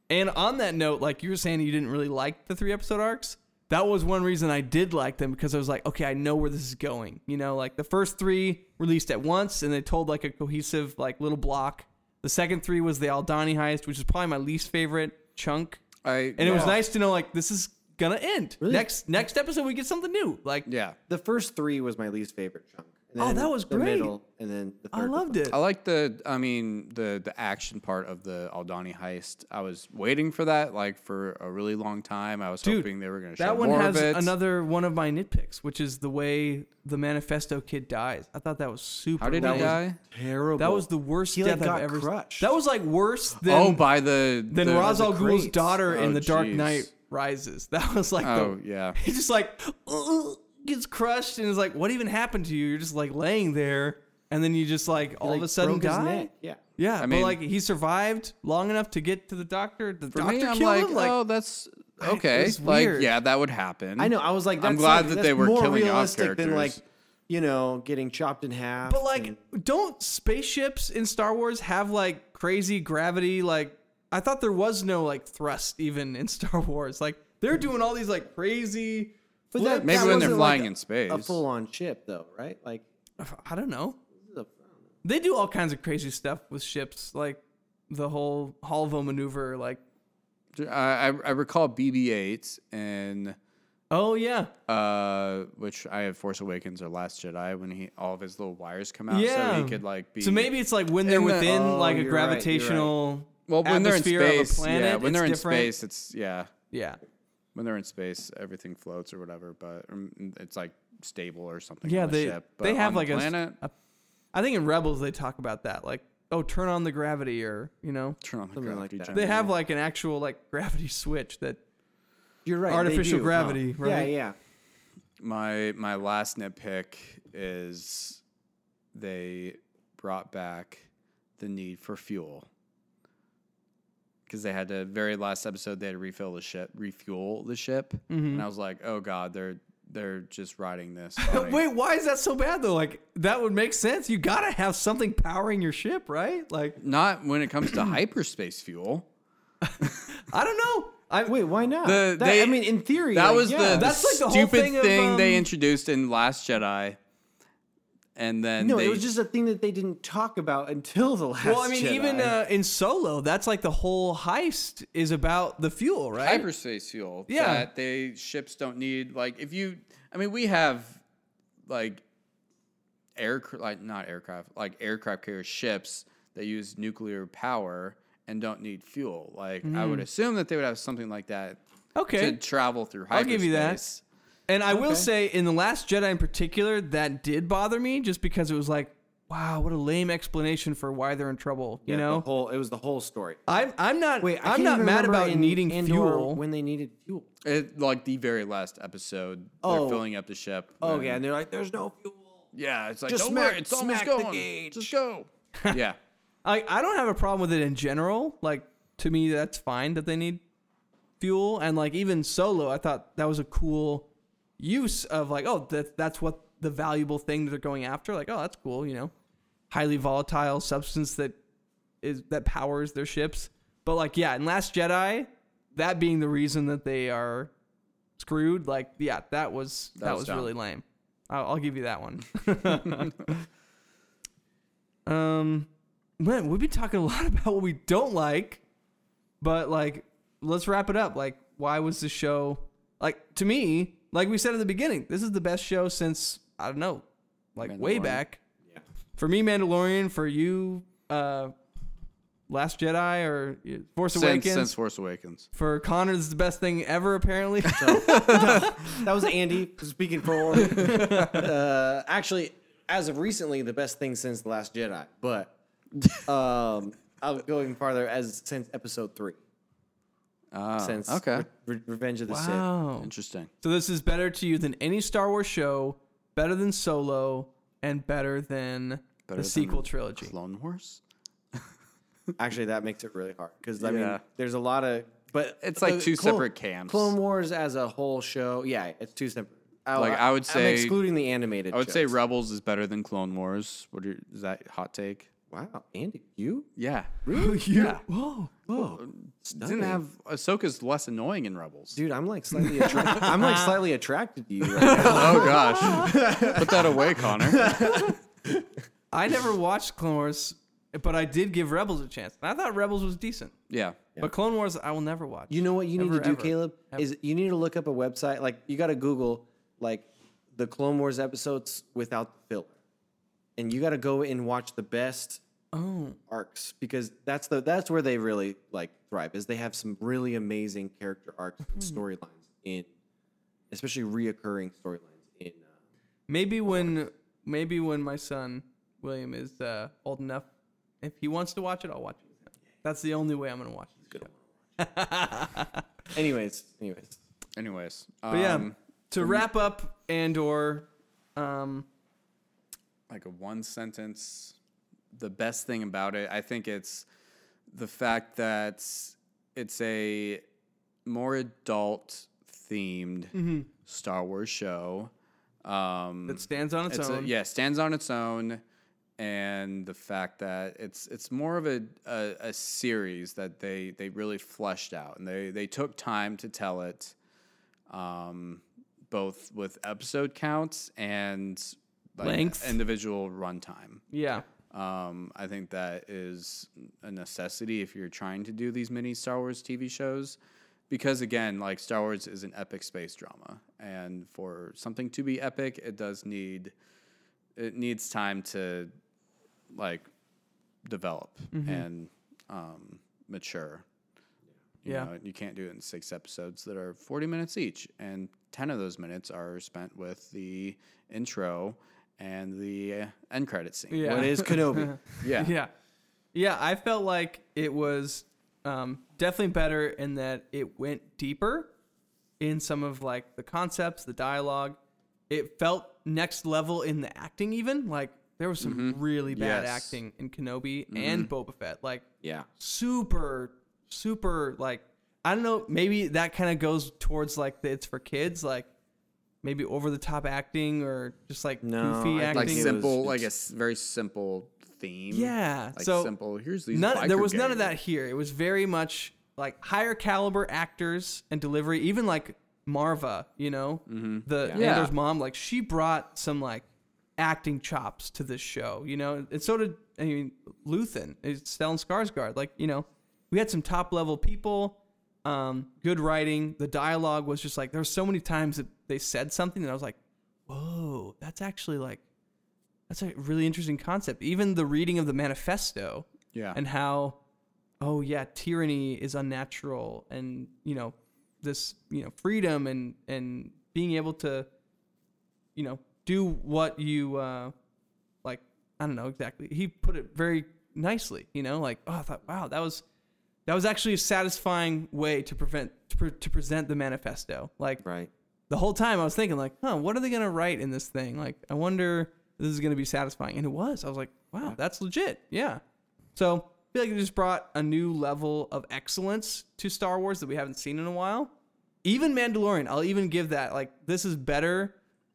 A: And on that note, like you were saying, you didn't really like the three episode arcs. That was one reason I did like them because I was like, okay, I know where this is going. You know, like the first three released at once and they told like a cohesive like little block. The second three was the Aldani heist, which is probably my least favorite chunk.
B: I
A: And it was
B: yeah.
A: nice to know like this is gonna end.
C: Really?
A: Next next episode we get something new. Like
B: Yeah,
C: The first three was my least favorite chunk. And
A: Oh,
C: then
A: that was
C: the
A: great.
C: Middle, and then the
A: I
C: third was
A: loved
C: the-
A: it.
B: I like the, I mean, the the action part of the Aldani heist. I was waiting for that, like for a really long time. I was
A: Dude,
B: hoping they were going to show
A: That one
B: more
A: has
B: of it.
A: another one of my nitpicks, which is the way the manifesto kid dies. I thought that was super.
B: How did
A: lame.
B: he die?
C: Terrible.
A: That was the worst
C: He, like,
A: death
C: got
A: I've ever.
C: crushed.
A: That was like worse than
B: oh, by the
A: than
B: the,
A: Ra's al
C: the
A: Ghul's
C: crates.
A: daughter in
B: Oh,
A: The Dark
B: jeez.
A: Knight Rises. <laughs> That was like
B: Oh
A: the
B: yeah,
A: <laughs> he just like "Ugh," gets crushed and is like, what even happened to you? You're just like laying there, and then you just like all
C: Like,
A: of a sudden
C: broke his
A: die.
C: neck. Yeah.
A: Yeah, but
B: mean-
A: like he survived long enough to get to the doctor. The
B: for
A: doctor
B: me, I'm
A: killed
B: like,
A: him. Like, <laughs>
B: oh, that's okay.
A: was
B: Like,
A: weird.
B: yeah, that would happen.
C: I know. I was like, that's
B: I'm glad
C: like-
B: that
C: that's
B: they were
C: more
B: killing off
C: realistic
B: characters.
C: than like, you know, getting chopped in half.
A: But like,
C: and-
A: don't spaceships in Star Wars have like crazy gravity? Like, I thought there was no like thrust even in <laughs> Star Wars. Like, they're doing all these like crazy.
C: but
A: flip-
B: Maybe when they're
C: wasn't,
B: flying
C: a-
B: in space.
C: a full-on ship though, right? Like,
A: I don't know.
C: this is a-
A: They do all kinds of crazy stuff with ships, like the whole Halvo maneuver. Like,
B: I, I I recall BB-8 and
A: oh yeah,
B: uh, which I have Force Awakens or Last Jedi when he all of his little wires come out, so
A: Yeah.
B: he could like be
A: so maybe it's like when they're
B: In the-
A: within
C: Oh,
A: like a
C: you're right, you're right.
A: gravitational.
B: well when they're in
A: atmosphere of a
B: space. yeah,
A: planet,
B: when
A: it's
B: they're in
A: different.
B: space, it's yeah.
A: Yeah,
B: when they're in space, everything floats or whatever, but or m- it's like stable or something.
A: yeah.
B: on
A: They
B: the ship. But
A: they
B: on
A: have
B: the
A: like a s-
B: planet.
A: a. I think in Rebels they talk about that. Like, oh, turn on the gravity, or you know.
B: turn on the
C: something like
B: gravity.
C: that.
B: generator.
A: They have like an actual like gravity switch that
C: You're right. they
A: Artificial
C: do, huh?
A: gravity, right?
C: Yeah, yeah.
B: my my last nitpick is they brought back the need for fuel because they had to very last episode they had to refill the ship, refuel the ship,
A: Mm-hmm.
B: and I was like, oh god, they're they're just riding
A: <laughs>
B: this. on a-
A: Wait, why is that so bad though? Like that would make sense. You gotta have something powering your ship, right? Like
B: Not when it
A: <clears throat>
B: comes to hyperspace fuel.
A: I don't know. I
C: Wait, why not?
B: The-
C: That-
B: they-
C: I mean, in theory,
B: That
C: like,
B: was
C: yeah.
B: the, the
A: That's like the whole
B: stupid
A: thing
B: thing,
A: of,
B: they
A: um,
B: introduced in Last Jedi. And then
C: No,
B: they,
C: it was just a thing that they didn't talk about until the last.
A: well, I mean,
C: Jedi.
A: even uh, in Solo, that's like the whole heist is about the fuel, right?
B: hyperspace fuel.
A: Yeah.
B: that they ships don't need. Like if you, I mean, we have like aircraft, like not aircraft, like aircraft carrier ships that use nuclear power and don't need fuel. Like I would assume that they would have something like that
A: Mm. Okay.
B: to travel through
A: I'll
B: hyperspace.
A: give you that. And I will say, in The Last Jedi in particular, that did bother me just because it was like, wow, what a lame explanation for why they're in trouble. You
C: Yeah, the
A: know,
C: whole it was the whole story.
A: I'm I'm not
C: Wait, I
A: I'm
C: can't
A: not
C: even
A: mad
C: remember
A: about
C: in
A: needing
C: Andor
A: fuel.
C: when they needed fuel.
B: It, like the very last episode,
C: Oh.
B: they're filling up the ship.
C: Oh
B: and-
C: yeah, and they're like, "There's no fuel."
B: yeah. It's like
C: Just
B: don't
C: smack-
B: worry, it's almost
C: smack the
B: going.
C: gauge."
B: Just
C: <laughs>
B: go. yeah,
A: I I don't have a problem with it in general. Like to me, that's fine that they need fuel. And like even solo, I thought that was a cool use of like, oh, that that's what the valuable thing that they're going after. Like, oh, that's cool. You know, highly volatile substance that is that powers their ships. But like, yeah, in Last Jedi, that being the reason that they are screwed. Like, yeah, that was that,
B: was
A: was,
B: dumb.
A: really lame. I'll, I'll give you that one.
B: <laughs>
A: <laughs> um, man, we've been talking a lot <laughs> about what we don't like, but like, let's wrap it up. Like, why was the show like to me? Like we said at the beginning, this is the best show since I don't know, like way
B: Mandalorian.
A: back
C: Yeah.
A: for me, Mandalorian. For you, uh, Last Jedi or uh, Force
B: since,
A: Awakens.
B: since Force Awakens.
A: for Connor, this is the best thing ever.
B: <laughs>
A: Apparently, <laughs>
C: That was Andy <laughs> speaking for. Orin. uh, actually, as of recently, the best thing since the Last Jedi, but um, I'm going farther as since Episode Three.
B: Ah,
C: since
B: okay,
C: Re- Re- Revenge of the Sith.
A: Oh, wow.
B: interesting.
A: So this is better to you than any Star Wars show, better than Solo, and better than the
B: Better than
A: sequel trilogy. <laughs>
B: Clone Wars.
C: Actually, that makes it really hard because I
B: Yeah.
C: mean, there's a lot of but
B: It's like
C: uh,
B: two
C: Clone-
B: separate camps.
C: Clone Wars as a whole show, yeah, it's two separate.
B: Like, I would
C: I'm
B: say-
C: excluding the animated.
B: I would say
C: shows.
B: Rebels is better than Clone Wars. What are your, is that hot take?
C: wow, Andy, you
B: Yeah,
C: really?
A: yeah. Whoa.
C: Whoa,
B: didn't have Ahsoka's less annoying in Rebels.
C: dude, I'm like
B: <laughs>
C: slightly, attra- I'm like slightly attracted to you. Right now.
B: Oh
C: <laughs>
B: gosh, put that away, Connor.
A: I never watched Clone Wars, but I did give Rebels a chance. And I thought Rebels was decent,
B: Yeah,
A: but Clone Wars I will never watch.
C: You know what you need
A: Ever,
C: to do,
A: ever.
C: Caleb? Is you need to look up a website. Like you got to Google like the Clone Wars episodes without the filler, and you got to go and watch the best
A: oh,
C: arcs because that's the that's where they really like thrive is they have some really amazing character arcs and
A: Mm-hmm.
C: storylines in, especially reoccurring storylines in. Uh,
A: Maybe when maybe when my son William is uh, old enough, if he wants to watch it, I'll watch it. That's the only way I'm gonna watch it.
C: anyways, anyways,
B: Anyways,
A: But yeah,
B: um,
A: to wrap up Andor, um,
B: like a one sentence. The best thing about it, I think it's the fact that it's a more adult themed Star Wars show. Um,
A: that stands on its,
B: it's
A: own.
B: A, yeah, stands on its own, and the fact that it's it's more of a, a, a series that they they really fleshed out and they they took time to tell it, um, both with episode counts and like
A: Length.
B: individual runtime.
A: yeah.
B: Um, I think that is a necessity if you're trying to do these mini Star Wars TV shows. Because again, like Star Wars is an epic space drama, and for something to be epic, it does need it needs time to like develop
A: Mm-hmm.
B: and um, mature. You
A: Yeah.
B: know, you can't do it in six episodes that are 40 minutes each, and 10 of those minutes are spent with the intro and the uh, end credit scene.
A: Yeah.
C: what
A: <laughs>
C: is Kenobi?
B: Yeah.
A: yeah yeah i felt like it was um, definitely better in that it went deeper in some of like the concepts the dialogue it felt next level in the acting even like there was some really bad
B: Mm-hmm. Yes. Mm-hmm.
A: acting in kenobi and boba fett like
C: yeah,
A: super super like i don't know maybe that kind of goes towards like the, it's for kids like maybe over the top acting or just like
C: No,
A: goofy
C: I think
A: acting
B: Like
C: it was-
B: simple, like a
C: it's-
B: s- very simple theme.
A: Yeah,
B: Like
A: so
B: simple. Here's these.
A: None, there
B: biker
A: was none of
B: gangs.
A: that here. It was very much like higher caliber actors and delivery. Even like Marva, you know, the
B: Mm-hmm. Yeah.
A: Andor's mom, like she brought some like acting chops to this show, you know, and so did I mean Luthen, is Stellan Skarsgård. Like you know, we had some top level people. Um, good writing. The dialogue was just like there were so many times that they said something that I was like, whoa, that's actually like, that's a really interesting concept. Even the reading of the manifesto
B: Yeah.
A: and how, oh yeah, tyranny is unnatural, and you know, this you know freedom and and being able to, you know, do what you uh, like. I don't know exactly. He put it very nicely. You know, like oh, I thought, wow, that was that was actually a satisfying way to prevent to, pre- to present the manifesto. Like
C: Right.
A: the whole time I was thinking like, huh, what are they gonna write in this thing? Like, I wonder if this is gonna be satisfying. And it was. I was like, wow, that's legit. Yeah. So I feel like it just brought a new level of excellence to Star Wars that we haven't seen in a while. Even Mandalorian, I'll even give that. Like, this is better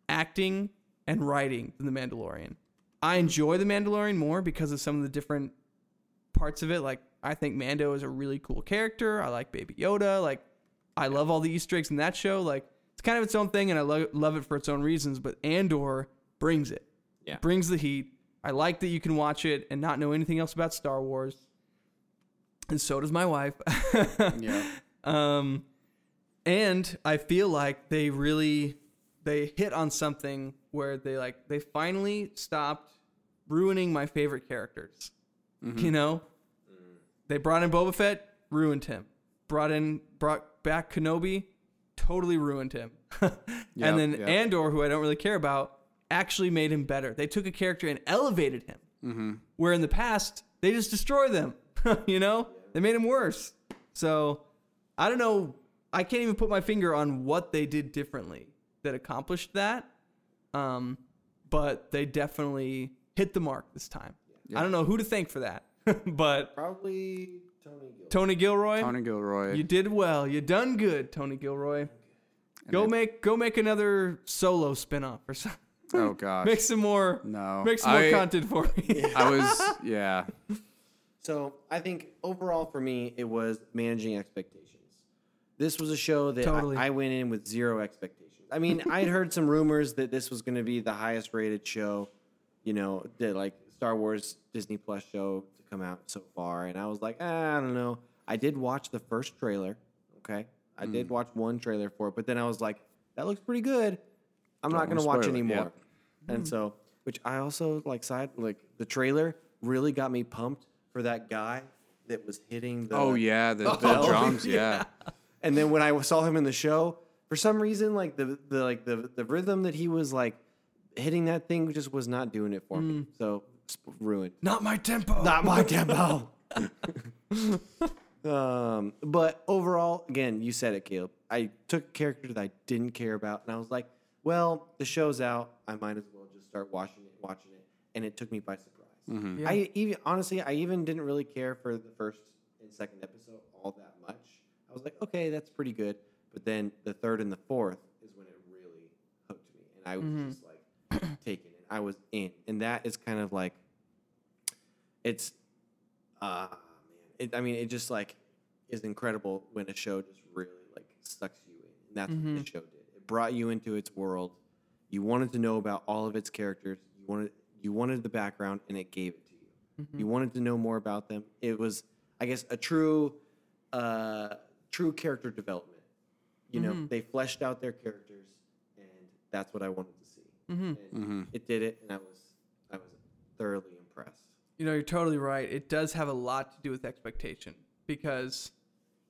A: acting and writing than The Mandalorian. I enjoy The Mandalorian more because of some of the different parts of it. Like I think Mando is a really cool character. I like Baby Yoda. Like I love all the Easter eggs in that show. Like it's kind of its own thing, and I lo- love it for its own reasons. But Andor brings it.
C: Yeah.
A: Brings the heat. I like that you can watch it and not know anything else about Star Wars. And so does my wife. <laughs>
B: yeah.
A: Um, and I feel like they really they hit on something where they like they finally stopped ruining my favorite characters.
B: Mm-hmm.
A: You know, they brought in Boba Fett, ruined him. Brought in brought back Kenobi, totally ruined him. <laughs>
B: Yep,
A: and then
B: yep.
A: Andor, who I don't really care about, actually made him better. They took a character and elevated him.
B: Mm-hmm.
A: Where in the past they just destroy them. <laughs> you know, they made him worse. So I don't know. I can't even put my finger on what they did differently that accomplished that. Um, but they definitely hit the mark this time. I don't know who to thank for that, <laughs> but
C: Probably Tony Gill.
A: Tony Gilroy,
B: Conan Gilroy.
A: you did well. You done good, Tony Gilroy. Go
B: then-
A: make go make another solo spinoff or something.
B: oh
A: <laughs>
B: gosh.
A: Make some more.
B: No.
A: Make some more
B: I-
A: content for me.
B: I was yeah.
C: So I think overall for me, it was managing expectations. This was a show that I-
A: Totally.
C: I, went in with zero expectations. I mean, I'd heard some rumors that this was going to be the highest rated show, you know, that like Star Wars Disney Plus show to come out so far. And I was like, ah, I don't know. I did watch the first trailer. Okay. I
B: Hmm.
C: did watch one trailer for it, but then I was like, that looks pretty good. I'm not
B: Don't
C: going to watch
B: spoil it,
C: anymore.
B: yeah. Hmm.
C: And so, which I also like side like the trailer really got me pumped for that guy that was hitting
A: <laughs>
C: the
B: Oh yeah, the, the
C: hell?
B: drums, yeah.
C: And then when I saw him in the show, for some reason like the the like the the rhythm that he was like hitting that thing just was not doing it for me.
B: Hmm.
C: So sp- ruined.
A: <laughs> Not my tempo.
C: Not my tempo. um, but overall, again, you said it, Caleb. I took a character that I didn't care about, and I was like, "Well, the show's out. I might as well just start watching it, watching it." And it took me by surprise.
A: Yeah.
C: I even honestly, I even didn't really care for the first and second episode all that much. I was like, "Okay, that's pretty good," but then the third and the fourth is when it really hooked me, and I was just like taken in. I was in, and that is kind of like it's uh man it, i mean it just like is incredible when a show just really like sucks you in and that's what the show did it brought you into its world you wanted to know about all of its characters you wanted you wanted the background and it gave it to you you wanted to know more about them it was i guess a true uh true character development you know they fleshed out their characters and that's what i wanted to see And it did it and i was i was thoroughly impressed
A: You know, you're totally right. It does have a lot to do with expectation because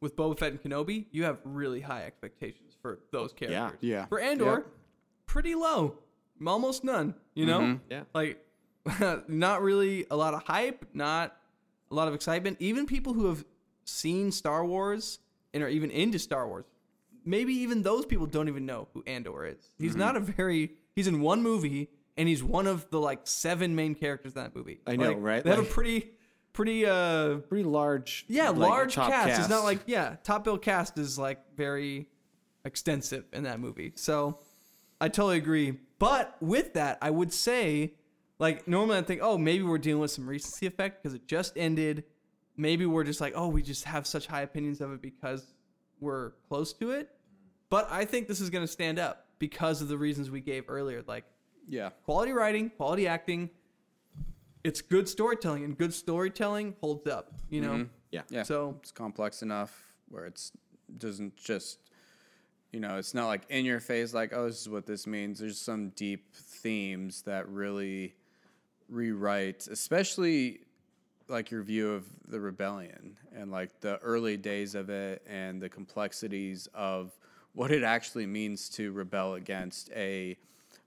A: with Boba Fett and Kenobi, you have really high expectations for those characters.
B: yeah.
A: For Andor, pretty low, almost none. You know,
B: Mm-hmm.
C: Yeah.
A: <laughs> like not really a lot of hype, not a lot of excitement. Even people who have seen Star Wars and are even into Star Wars, maybe even those people don't even know who Andor is. He's
B: Mm-hmm.
A: not a very. He's in one movie and he's one of the like seven main characters in that movie.
C: I know,
A: Like,
C: right?
A: They have a
C: Like-
A: pretty, pretty uh,
C: pretty large.
A: yeah,
C: like,
A: large
C: top
A: cast. It's not like yeah, top bill cast is like very extensive in that movie. So I totally agree. But with that, I would say like normally I think oh maybe we're dealing with some recency effect because it just ended. Maybe we're just like oh we just have such high opinions of it because we're close to it. But I think this is going to stand up because of the reasons we gave earlier. Like
B: Yeah.
A: quality writing, quality acting. It's good storytelling, and good storytelling holds up. You know.
C: yeah.
B: Mm-hmm. Yeah.
A: So-
B: it's complex enough where it's doesn't just you know, it's not like in your face, like, oh, this is what this means. There's some deep themes that really rewrite, especially like your view of the rebellion and like the early days of it and the complexities of what it actually means to rebel against a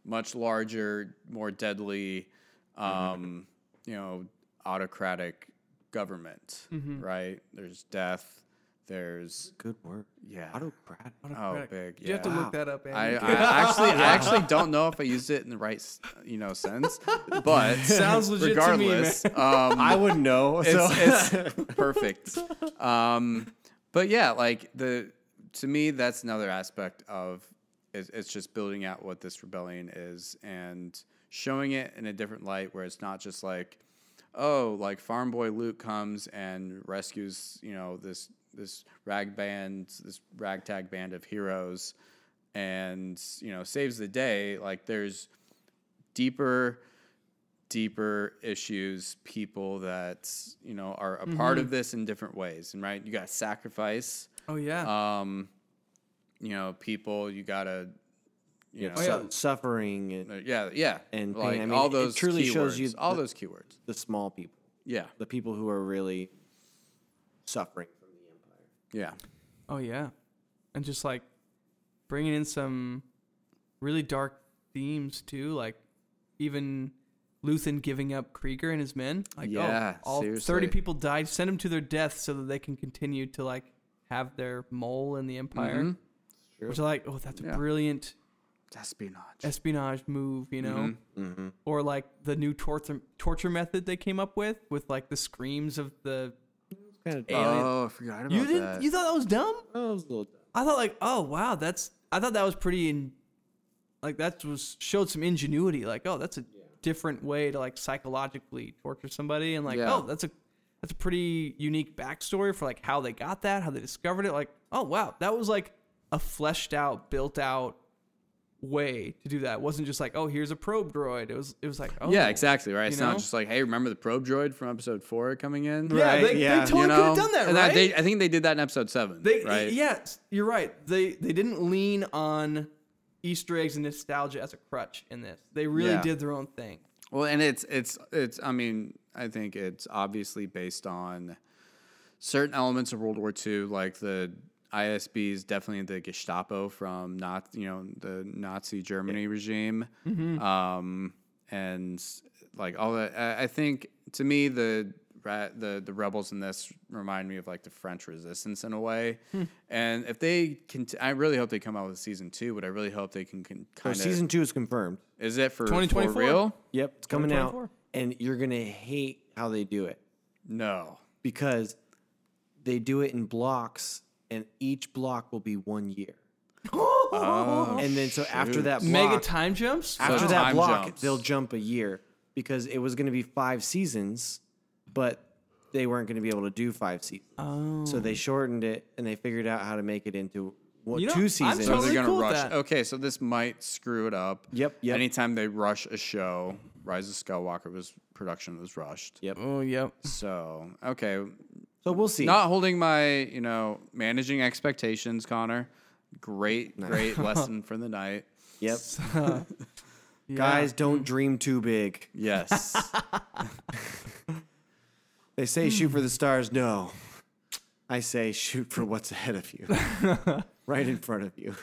B: much larger, more deadly, um, you know, autocratic government, right? There's death, there's,
C: Good work.
B: yeah.
C: Autocratic.
B: Oh,
A: Correct.
B: big. Yeah.
A: You have to look that up.
B: I,
A: Andy.
B: I actually, I actually don't know if I used it in the right, s- you know, sense. But
A: <laughs> Sounds legit to me,
B: regardless,
A: <laughs>
B: um,
D: I wouldn't know. So <laughs>
B: it's, it's perfect. Um, but yeah, like the to me, that's another aspect of it's, it's just building out what this rebellion is and showing it in a different light, where it's not just like, oh, like Farm Boy Luke comes and rescues, you know, this this rag band, this ragtag band of heroes, and you know, saves the day. Like there's deeper deeper issues, people that you know are a part
A: Mm-hmm.
B: of this in different ways, and right, you got sacrifice,
A: oh yeah.
B: um, you know, people, you gotta, you know,
A: Oh, yeah.
C: Su- Suffering and
B: uh, yeah, yeah,
C: And
B: like
C: thing, I mean,
B: all
C: it
B: those
C: truly
B: keywords,
C: shows you
B: all
C: the-
B: those keywords,
C: the small people,
B: yeah,
C: the people who are really suffering from the empire.
B: yeah,
A: Oh yeah, and just like bringing in some really dark themes too, like even Luthen giving up Krieger and his men. Like,
B: Yeah,
A: oh, all
B: seriously.
A: thirty people died. Send them to their death so that they can continue to like have their mole in the empire.
B: Mhm.
A: Which are like, oh, that's a
B: Yeah.
A: brilliant
B: espionage,
A: espionage move, you know?
C: Mm-hmm.
A: Or like the new torture torture method they came up with, with like the screams of the
C: Kind of.
A: alien.
B: oh, I forgot about
A: you didn't?
B: that.
A: You thought that was dumb?
C: Oh, it was a little.
A: I thought like, oh wow, that's I thought that was pretty in like that was showed some ingenuity. Like, oh, that's a different way to like psychologically torture somebody and like,
B: Yeah.
A: oh, that's a that's a pretty unique backstory for like how they got that, how they discovered it. Like, oh wow, that was like a fleshed out, built out way to do that. It wasn't just like, oh, here's a probe droid. It was it was like, oh
B: yeah, exactly, right. It's
A: know?
B: not just like, hey, remember the probe droid from episode four coming in,
A: Yeah,
D: Right,
A: they,
D: yeah.
A: they totally
B: you know,
A: could have done that,
B: And
A: right?
B: they, I think they did that in episode seven,
A: They
B: right?
A: yes, you're right. They they didn't lean on Easter eggs and nostalgia as a crutch in this. They really
B: Yeah.
A: did their own thing.
B: Well, and it's it's it's. I mean, I think it's obviously based on certain elements of World War II, like the ISB is definitely the Gestapo from not you know the Nazi Germany regime, um, and like all that. I, I think to me the ra- the the rebels in this remind me of like the French Resistance in a way, and if they can, I really hope they come out with season two. But I really hope they can, can
C: So
B: kind of.
C: season two is confirmed.
B: Is it for, for
A: 2024?
B: real?
C: Yep, it's coming out,
A: 2024.
C: and you're gonna hate how they do it
B: No.
C: because they do it in blocks, and each block will be one year. and then so after that block,
A: Mega time jumps.
C: Oh. after
B: So
C: that
B: time
C: block,
B: jumps.
C: they'll jump a year because it was going to be five seasons, but they weren't going to be able to do five seasons.
A: Oh.
C: So they shortened it and they figured out how to make it into what,
A: You know,
C: two
A: I'm
C: seasons.
B: So
A: totally-
B: they're gonna
A: cool with
B: rush.
A: that.
B: Okay, so this might screw it up.
C: Yep, yep.
B: Anytime they rush a show, Rise of Skywalker was production was rushed.
C: Yep.
A: Oh yep.
B: So okay,
C: So we'll see.
B: not holding my you know managing expectations, Connor. Great,
A: <laughs>
B: great lesson for the night.
C: yep.
A: Yeah. Mm.
C: Guys, don't dream too big.
A: <laughs>
B: Yes.
C: They say shoot
A: Hmm.
C: for the stars. No. I say shoot for what's ahead of
A: <laughs>
C: you, right in front of you.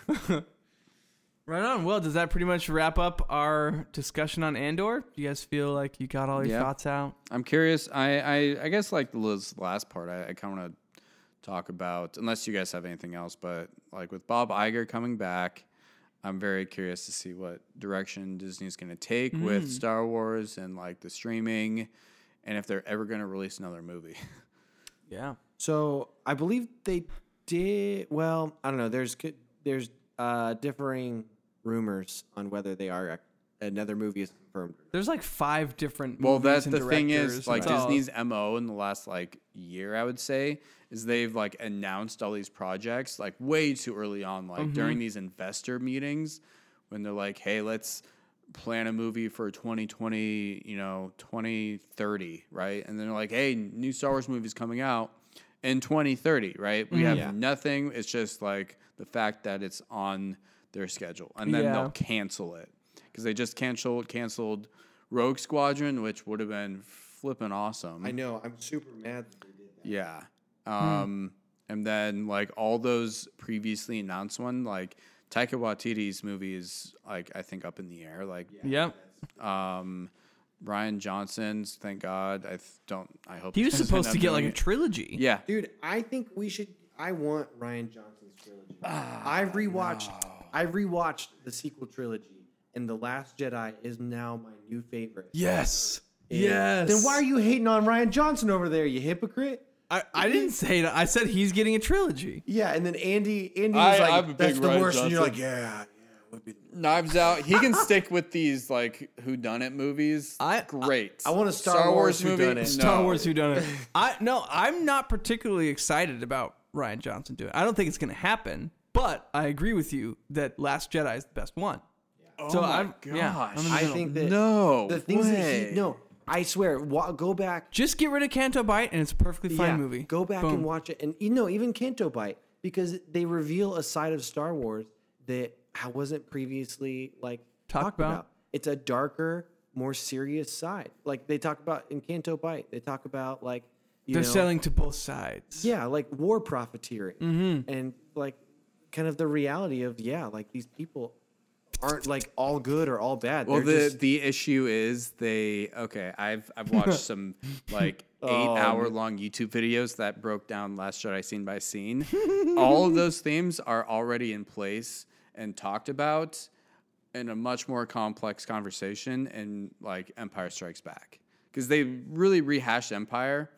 A: Right on. Well, does that pretty much wrap up our discussion on Andor? Do you guys feel like you got all your
B: Yeah.
A: thoughts out?
B: I'm curious. I, I I guess like Liz's last part, I, I kind of want to talk about, unless you guys have anything else, but like with Bob Iger coming back, I'm very curious to see what direction Disney's going to take with Star Wars and like the streaming, and if they're ever going to release another movie.
A: Yeah.
C: So I believe they did. Well, I don't know. There's co- there's uh, differing rumors on whether they are ac- another movie is confirmed. or not.
A: There's like five different.
B: well,
A: movies
B: that's
A: and
B: the thing
A: directors
B: is like
A: and-
B: Disney's mo in the last like year, I would say, is they've like announced all these projects like way too early on, like
A: Mm-hmm.
B: during these investor meetings when they're like, hey, let's plan a movie for 2020, you know, 2030, right? And then they're like, hey, new Star Wars movie's coming out. in 2030, right?
A: Mm-hmm.
B: We have
C: Yeah.
B: nothing. It's just like the fact that it's on their schedule, and then
A: Yeah.
B: they'll cancel it because they just canceled canceled Rogue Squadron, which would have been flipping awesome.
C: I Hmm. know. I'm super mad that they did that.
B: Yeah. Um, And then like all those previously announced one, like Taika Waititi's movie is like I think up in the air. Like
A: Yeah.
B: um, Ryan Johnson's, thank God. I th- don't. I hope
A: He was
B: he doesn't
A: supposed
B: end
A: to
B: up
A: get like
B: doing
A: a
B: it.
A: trilogy.
B: yeah.
C: Dude, I think we should. I want Ryan Johnson's trilogy. I rewatched. I rewatched the sequel trilogy, and The Last Jedi is now my new favorite.
A: Yes.
C: And- Then why are you hating on Ryan Johnson over there, you hypocrite?
A: I, I didn't say that. I said he's getting a trilogy.
C: Yeah, and then Andy, Andy
B: I-
C: was like,
B: I'm a big
C: "That's the
B: Ryan
C: worst," and you're like,
B: Johnson.
C: "Yeah, yeah."
B: <laughs> Knives Out. He can stick with these like Who Done It movies.
A: I-
B: great.
C: I want a Star Wars whodunit.
A: Star
B: No.
A: Wars Who Done It. <laughs> I no, I'm not particularly excited about Ryan Johnson doing. it. I don't think it's going to happen. But I agree with you that Last Jedi is the best one.
B: Oh
A: So
B: my
A: I'm-
B: gosh.
A: yeah, I'm in the
C: I think that
B: no
C: the things that
B: way.
C: he no, I swear, wa- go back,
A: Just get rid of Canto Bite, and it's a perfectly fine
C: yeah,
A: movie.
C: Go back
A: Boom.
C: and watch it, and you know, even Canto Bite, because they reveal a side of Star Wars that I wasn't previously like
A: Talked
C: talked
A: about.
C: about. It's a darker, more serious side. Like they talk about in Canto Bite, they talk about like you
A: They're
C: know,
A: selling to both sides.
C: yeah, like war profiteering
A: Mm-hmm.
C: and like kind of the reality of yeah, like these people aren't like all good or all bad.
B: Well,
C: They're
B: the
C: just,
B: the issue is they okay. I've
C: <laughs>
B: I've watched some like eight
C: Oh.
B: hour long YouTube videos that broke down Last Jedi scene by scene. All of those themes are already in place and talked about in a much more complex conversation in like Empire Strikes Back because they really rehashed Empire.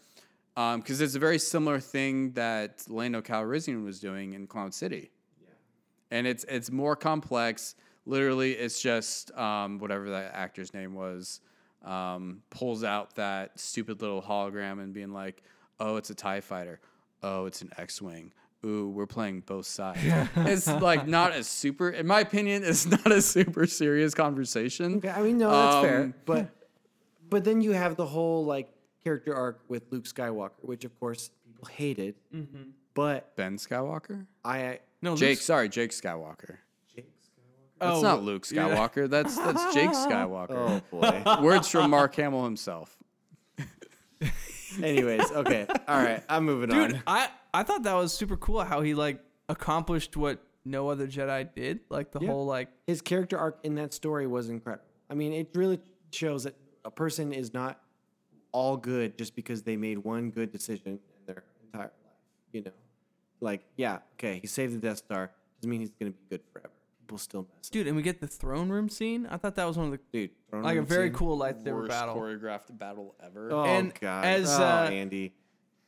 B: Because it's a very similar thing that Lando Calrissian was doing in Cloud City and it's it's more complex. Literally, it's just um, whatever that actor's name was um, pulls out that stupid little hologram and being like, "Oh, it's a Tie Fighter. Oh, it's an X-wing. Ooh, we're playing both sides." it's like not a super, in my opinion, it's <laughs> not a super serious conversation.
C: okay, I mean, no, that's
B: Um,
C: fair, <laughs> but but then you have the whole like character arc with Luke Skywalker, which of course people hated,
A: Mm-hmm.
C: but
B: Ben Skywalker,
C: I
A: No,
B: Jake.
A: Luke's-
B: Sorry, Jake Skywalker.
C: Jake
B: That's
A: Oh,
B: not Luke Skywalker. That's that's
C: <laughs>
B: Jake Skywalker.
C: Skywalker. Oh boy.
B: Words from Mark Hamill himself.
C: <laughs> Anyways, okay, all right, I'm moving
A: dude.
C: on.
A: I I thought that was super cool how he like accomplished what no other Jedi did. Like the whole like
C: his character arc in that story was incredible. I mean, it really shows that a person is not all good just because they made one good decision in their entire life. You know, like yeah, okay, he saved the Death Star doesn't mean he's gonna be good forever. People still mess up.
A: dude, and we get the throne room scene. I thought that was one of the
C: Dude, throne
A: like a
C: room
A: very
C: scene.
A: cool lightsaber battle.
B: choreographed battle ever.
C: Oh
A: and
C: god,
A: as,
C: oh,
A: uh,
C: Andy,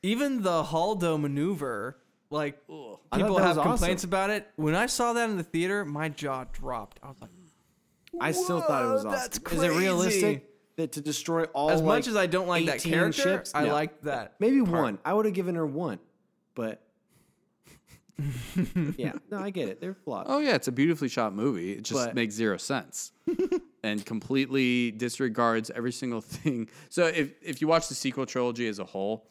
A: Even the Haldo maneuver, like
C: I thought
A: people
C: that
A: have
C: was awesome.
A: complaints about it. When I saw that in the theater, my jaw dropped. I was like,
C: I still thought it was
A: whoa,
C: awesome.
A: that's
C: Is
A: crazy.
C: it realistic that to destroy all
A: as
C: like,
A: much as I don't oh, like that
C: 18
A: character,
C: ships?
A: I
C: No.
A: liked that.
C: Maybe one. I would have given her one,
A: <laughs>
C: but yeah, no, I get it. They're flawed.
B: Oh yeah, it's a beautifully shot movie. It just
C: But-
B: makes
A: <laughs>
B: zero sense and completely disregards every single thing. So if if you watch the sequel trilogy as a whole,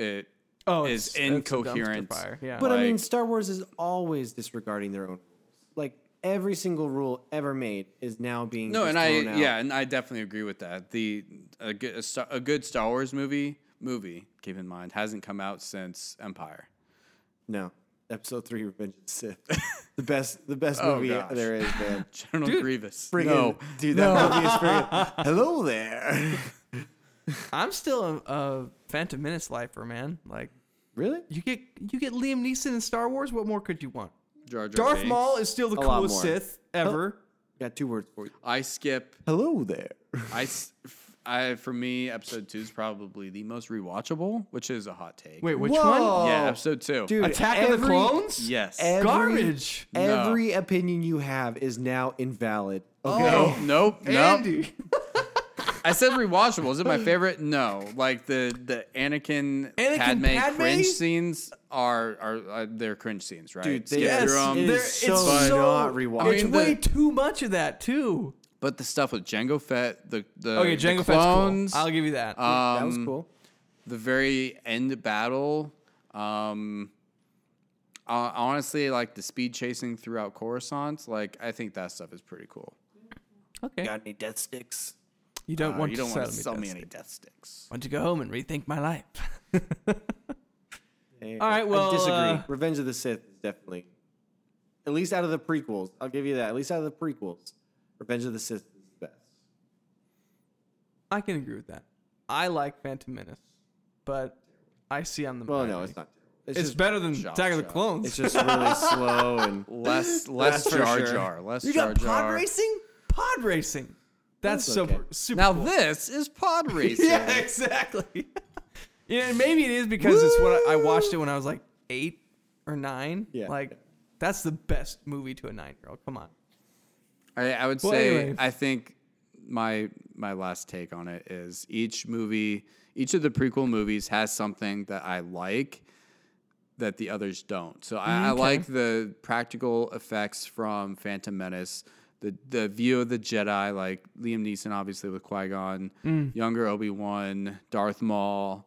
B: it
A: Oh,
B: is
A: it's- it's a dumpster
B: incoherent.
A: fire, Yeah.
C: But I mean,
B: Like-
C: Star Wars is always disregarding their own rules. Like every single rule ever made is now being
B: no,
C: just
B: and I
C: thrown out.
B: yeah, and I definitely agree with that. The a good a, Star- a good Star Wars movie movie, keep in mind, hasn't come out since Empire. <laughs>
C: no. Episode three, Revenge of the Sith, the best,
A: <laughs>
C: the best
A: Oh,
C: movie
B: gosh.
C: there is, man.
B: General Grievous.
C: Bring
B: no.
C: in, dude, that movie is <laughs> friggin' Hello there.
A: I'm still a, a Phantom Menace lifer, man. Like
C: really?
A: you get you get Liam Neeson in Star Wars. What more could you want?
B: Jar Jar
A: Darth
B: Binks.
A: Maul is still the
C: lot
A: coolest
C: more.
A: Sith ever.
C: Got two words for you.
B: I skip.
C: Hello there.
B: I, s- f- I- for me, episode two is probably the most rewatchable, which is a hot take.
A: Wait, which
C: Whoa.
A: one?
B: Yeah,
C: Oh.
B: episode two.
C: Dude,
A: Attack of the
C: every-
A: Clones?
B: Yes.
C: Every,
A: Garbage.
C: Every opinion you have is now invalid.
A: Oh.
C: Okay.
A: Um,
B: No, nope, nope.
A: Andy.
B: I said rewatchable. Is it my favorite? No. Like the the Anakin,
A: Anakin
B: Padme,
A: Padme?
B: cringe scenes are are uh, they're cringe scenes, right?
C: Dude,
B: Skip
C: they-
B: through
A: Yes,
B: 'em.
C: it
A: there-
C: is so not rewatchable.
A: It's
B: I mean, the-
A: way too much of that too.
B: But the stuff with Jango Fett, the the
A: Okay,
B: the
A: Jango Fett's cool.
B: clones, Uh,
A: I'll give you that.
B: um,
C: that was cool.
B: the very end battle. Um, uh, honestly, like the speed chasing throughout Coruscant, like I think that stuff is pretty cool.
A: Okay.
C: Got any death sticks?
A: You don't
B: Uh,
A: want
B: you
A: to
B: don't
A: sell
B: want to sell
A: me,
B: me
A: this.
B: any death sticks.
A: Want to go home and rethink my life. <laughs>
C: Hey,
A: All right, well,
C: I disagree.
A: uh,
C: Revenge of the Sith is definitely, at least out of the prequels, I'll give you that. At least out of the prequels, Revenge of the Sith is the best.
A: I can agree with that. I like Phantom Menace, but I see I'm the
C: Well,
A: minority.
C: no, it's not.
A: It's,
C: terrible. just
A: better than
B: Jaw
A: Attack of the
B: Jaw.
A: Clones.
C: It's just
A: <laughs>
C: really slow and <laughs>
B: Less, less
C: That's for
B: Jar
C: sure.
B: Jar, less
A: you
B: Jar
A: got pod
B: Jar.
A: racing? Pod racing. That's,
C: That's
A: so
C: okay.
A: super, super
B: Now <laughs>
A: cool.
B: this
A: <laughs>
B: is pod racing.
A: Yeah, exactly. <laughs> yeah, and maybe it is because it's what I, I watched it when I was like eight or nine.
C: Yeah.
A: Like, that's the best movie to a nine year old. Come on.
B: I, I would
A: Well,
B: say
A: anyway.
B: I think my my last take on it is each movie, each of the prequel movies has something that I like that the others don't. So
A: Mm,
B: I, I like the practical effects from Phantom Menace. The, the view of the Jedi, like Liam Neeson, obviously with Qui Gon,
A: Mm.
B: younger Obi Wan, Darth Maul,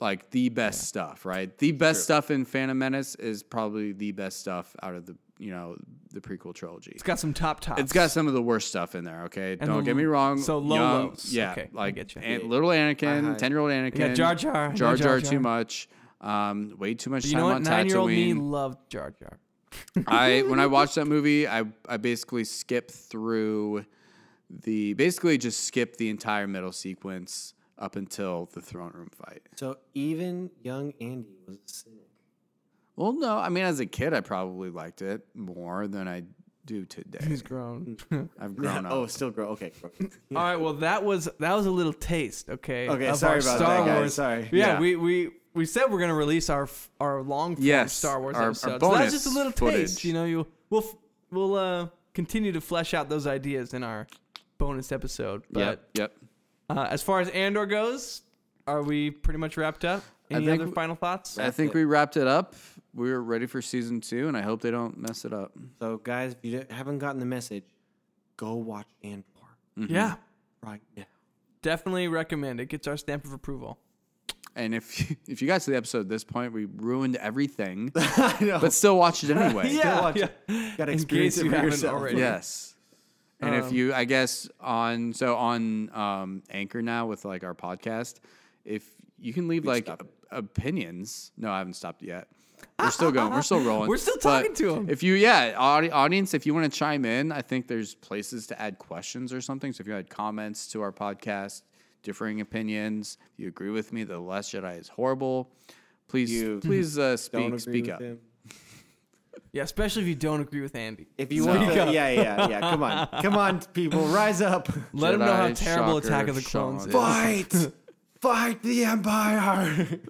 B: like the best stuff, right? The best stuff in Phantom Menace is probably the best stuff out of the you know the prequel trilogy.
A: It's got some top tops.
B: It's got some of the worst stuff in there. Okay, don't
A: the
B: get me
A: l-
B: wrong.
A: so low
B: young-
A: lows.
B: Yeah,
A: Okay, I
B: like
A: get you.
B: An- little Anakin, ten year old Anakin.
A: Jar Jar, no Jar
B: Jar Jar
A: Jar.
B: too much. Um, way too much
A: you
B: time
A: know what?
B: on
A: Nine year old me
B: Tatooine.
A: loved Jar Jar.
B: I when I watched that movie, I I basically skipped through the basically just skipped the entire middle sequence up until the throne room fight.
C: so. Even young Andy was a cynic.
B: Well, no, I mean as a kid, I probably liked it more than I do today.
A: <laughs> He's grown.
B: I've grown up.
C: Oh, still grow. Okay.
A: <laughs>
C: grow.
A: All right. Well, that was that was a little taste. Okay.
C: Okay,
A: of
C: sorry
A: our
C: about
A: Star
C: that, guys.
A: Wars.
C: Sorry.
A: Yeah,
B: Yeah.
A: We we we said we're gonna release our f- our long form
B: Yes,
A: Star Wars
B: our- our
A: episode. So that's
B: bonus
A: just a little taste.
B: footage.
A: You know, you we'll f- we'll uh continue to flesh out those ideas in our bonus episode. But
B: yep, yep.
A: uh, as far as Andor goes, are we pretty much wrapped up? Any
B: think
A: other
B: we-
A: final thoughts?
C: Uh,
B: I think we wrapped it up. We're ready for season two, and I hope they don't mess it up.
C: so, guys, if you di- haven't gotten the message, go watch Andor mm-hmm.
A: Yeah,
C: right now.
A: definitely recommend it. Gets our stamp of approval.
B: And if you, if you got to the episode at this point, we ruined everything,
C: <laughs> I know.
B: but still watch it
C: <laughs>
B: anyway.
C: watch it. Gotta
A: In
C: experience
A: case
C: it
A: you
C: for
A: haven't
C: yourself.
A: already.
B: Yes. And if you, I guess on so on um, Anchor now with like our podcast, if you can leave like op- opinions. No, I haven't stopped yet. We're still going. We're still rolling.
A: We're still
B: But
A: talking to 'em.
B: If you, yeah, audi- audience, if you want to chime in, I think there's places to add questions or something. So if you had comments to our podcast, differing opinions, you agree with me, the Last Jedi is horrible. Please,
C: You
B: <laughs> please uh,
C: Don't agree
B: speak, speak
C: with
B: up.
C: him.
A: Yeah, especially if you don't agree with Andy.
C: If you want, to, yeah, yeah, yeah. Come <laughs> on, come on, people, rise up.
A: Let him know how
B: Jedi,
A: terrible Attack
B: Shocker,
A: of the Clones
B: Sean.
A: is.
C: <laughs> Fight, fight the empire.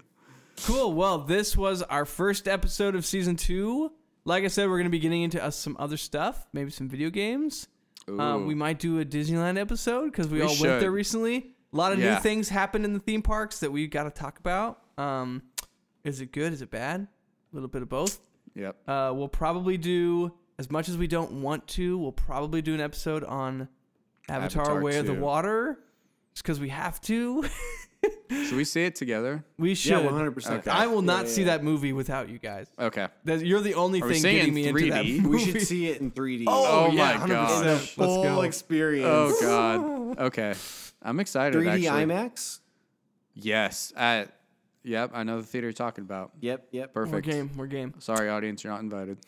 A: Cool. Well, this was our first episode of season two. Like I said, we're going to be getting into us some other stuff, maybe some video games. Um,
B: Ooh.
A: we might do a Disneyland episode because we, all went
B: should.
A: there recently. A lot of new
B: Yeah.
A: things happened in the theme parks that we got to talk about. Um, is it good? Is it bad? A little bit of both.
B: Yep.
A: Uh, we'll probably do as much as we don't want to. We'll probably do an episode on Avatar:
B: Avatar
A: Way of the
B: 2.
A: Water, just because we have to. <laughs>
B: Should we see it together?
A: we should.
C: yeah, one hundred percent.
B: Okay.
A: I will not see that movie without you guys.
B: Okay.
A: That- You're the only
B: Are we
A: thing
B: saying
A: getting me into that. <laughs>
B: 3D?
A: Movie.
C: We should see it in three D.
B: Oh,
A: yeah,
B: my
A: 100%.
B: gosh.
A: Let's
C: full
A: go.
C: experience.
B: Oh god. Okay. I'm excited.
C: 3D
B: actually.
C: IMAX.
B: Yes. I, yep. I know the theater you're talking about.
C: Yep, yep.
A: We're
B: Perfect.
A: game. We're game.
B: Sorry, audience, you're not invited.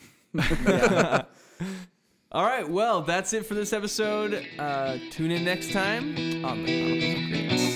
A: All right. Well, that's it for this episode. Uh, tune in next time on the Chronicles of Greatness.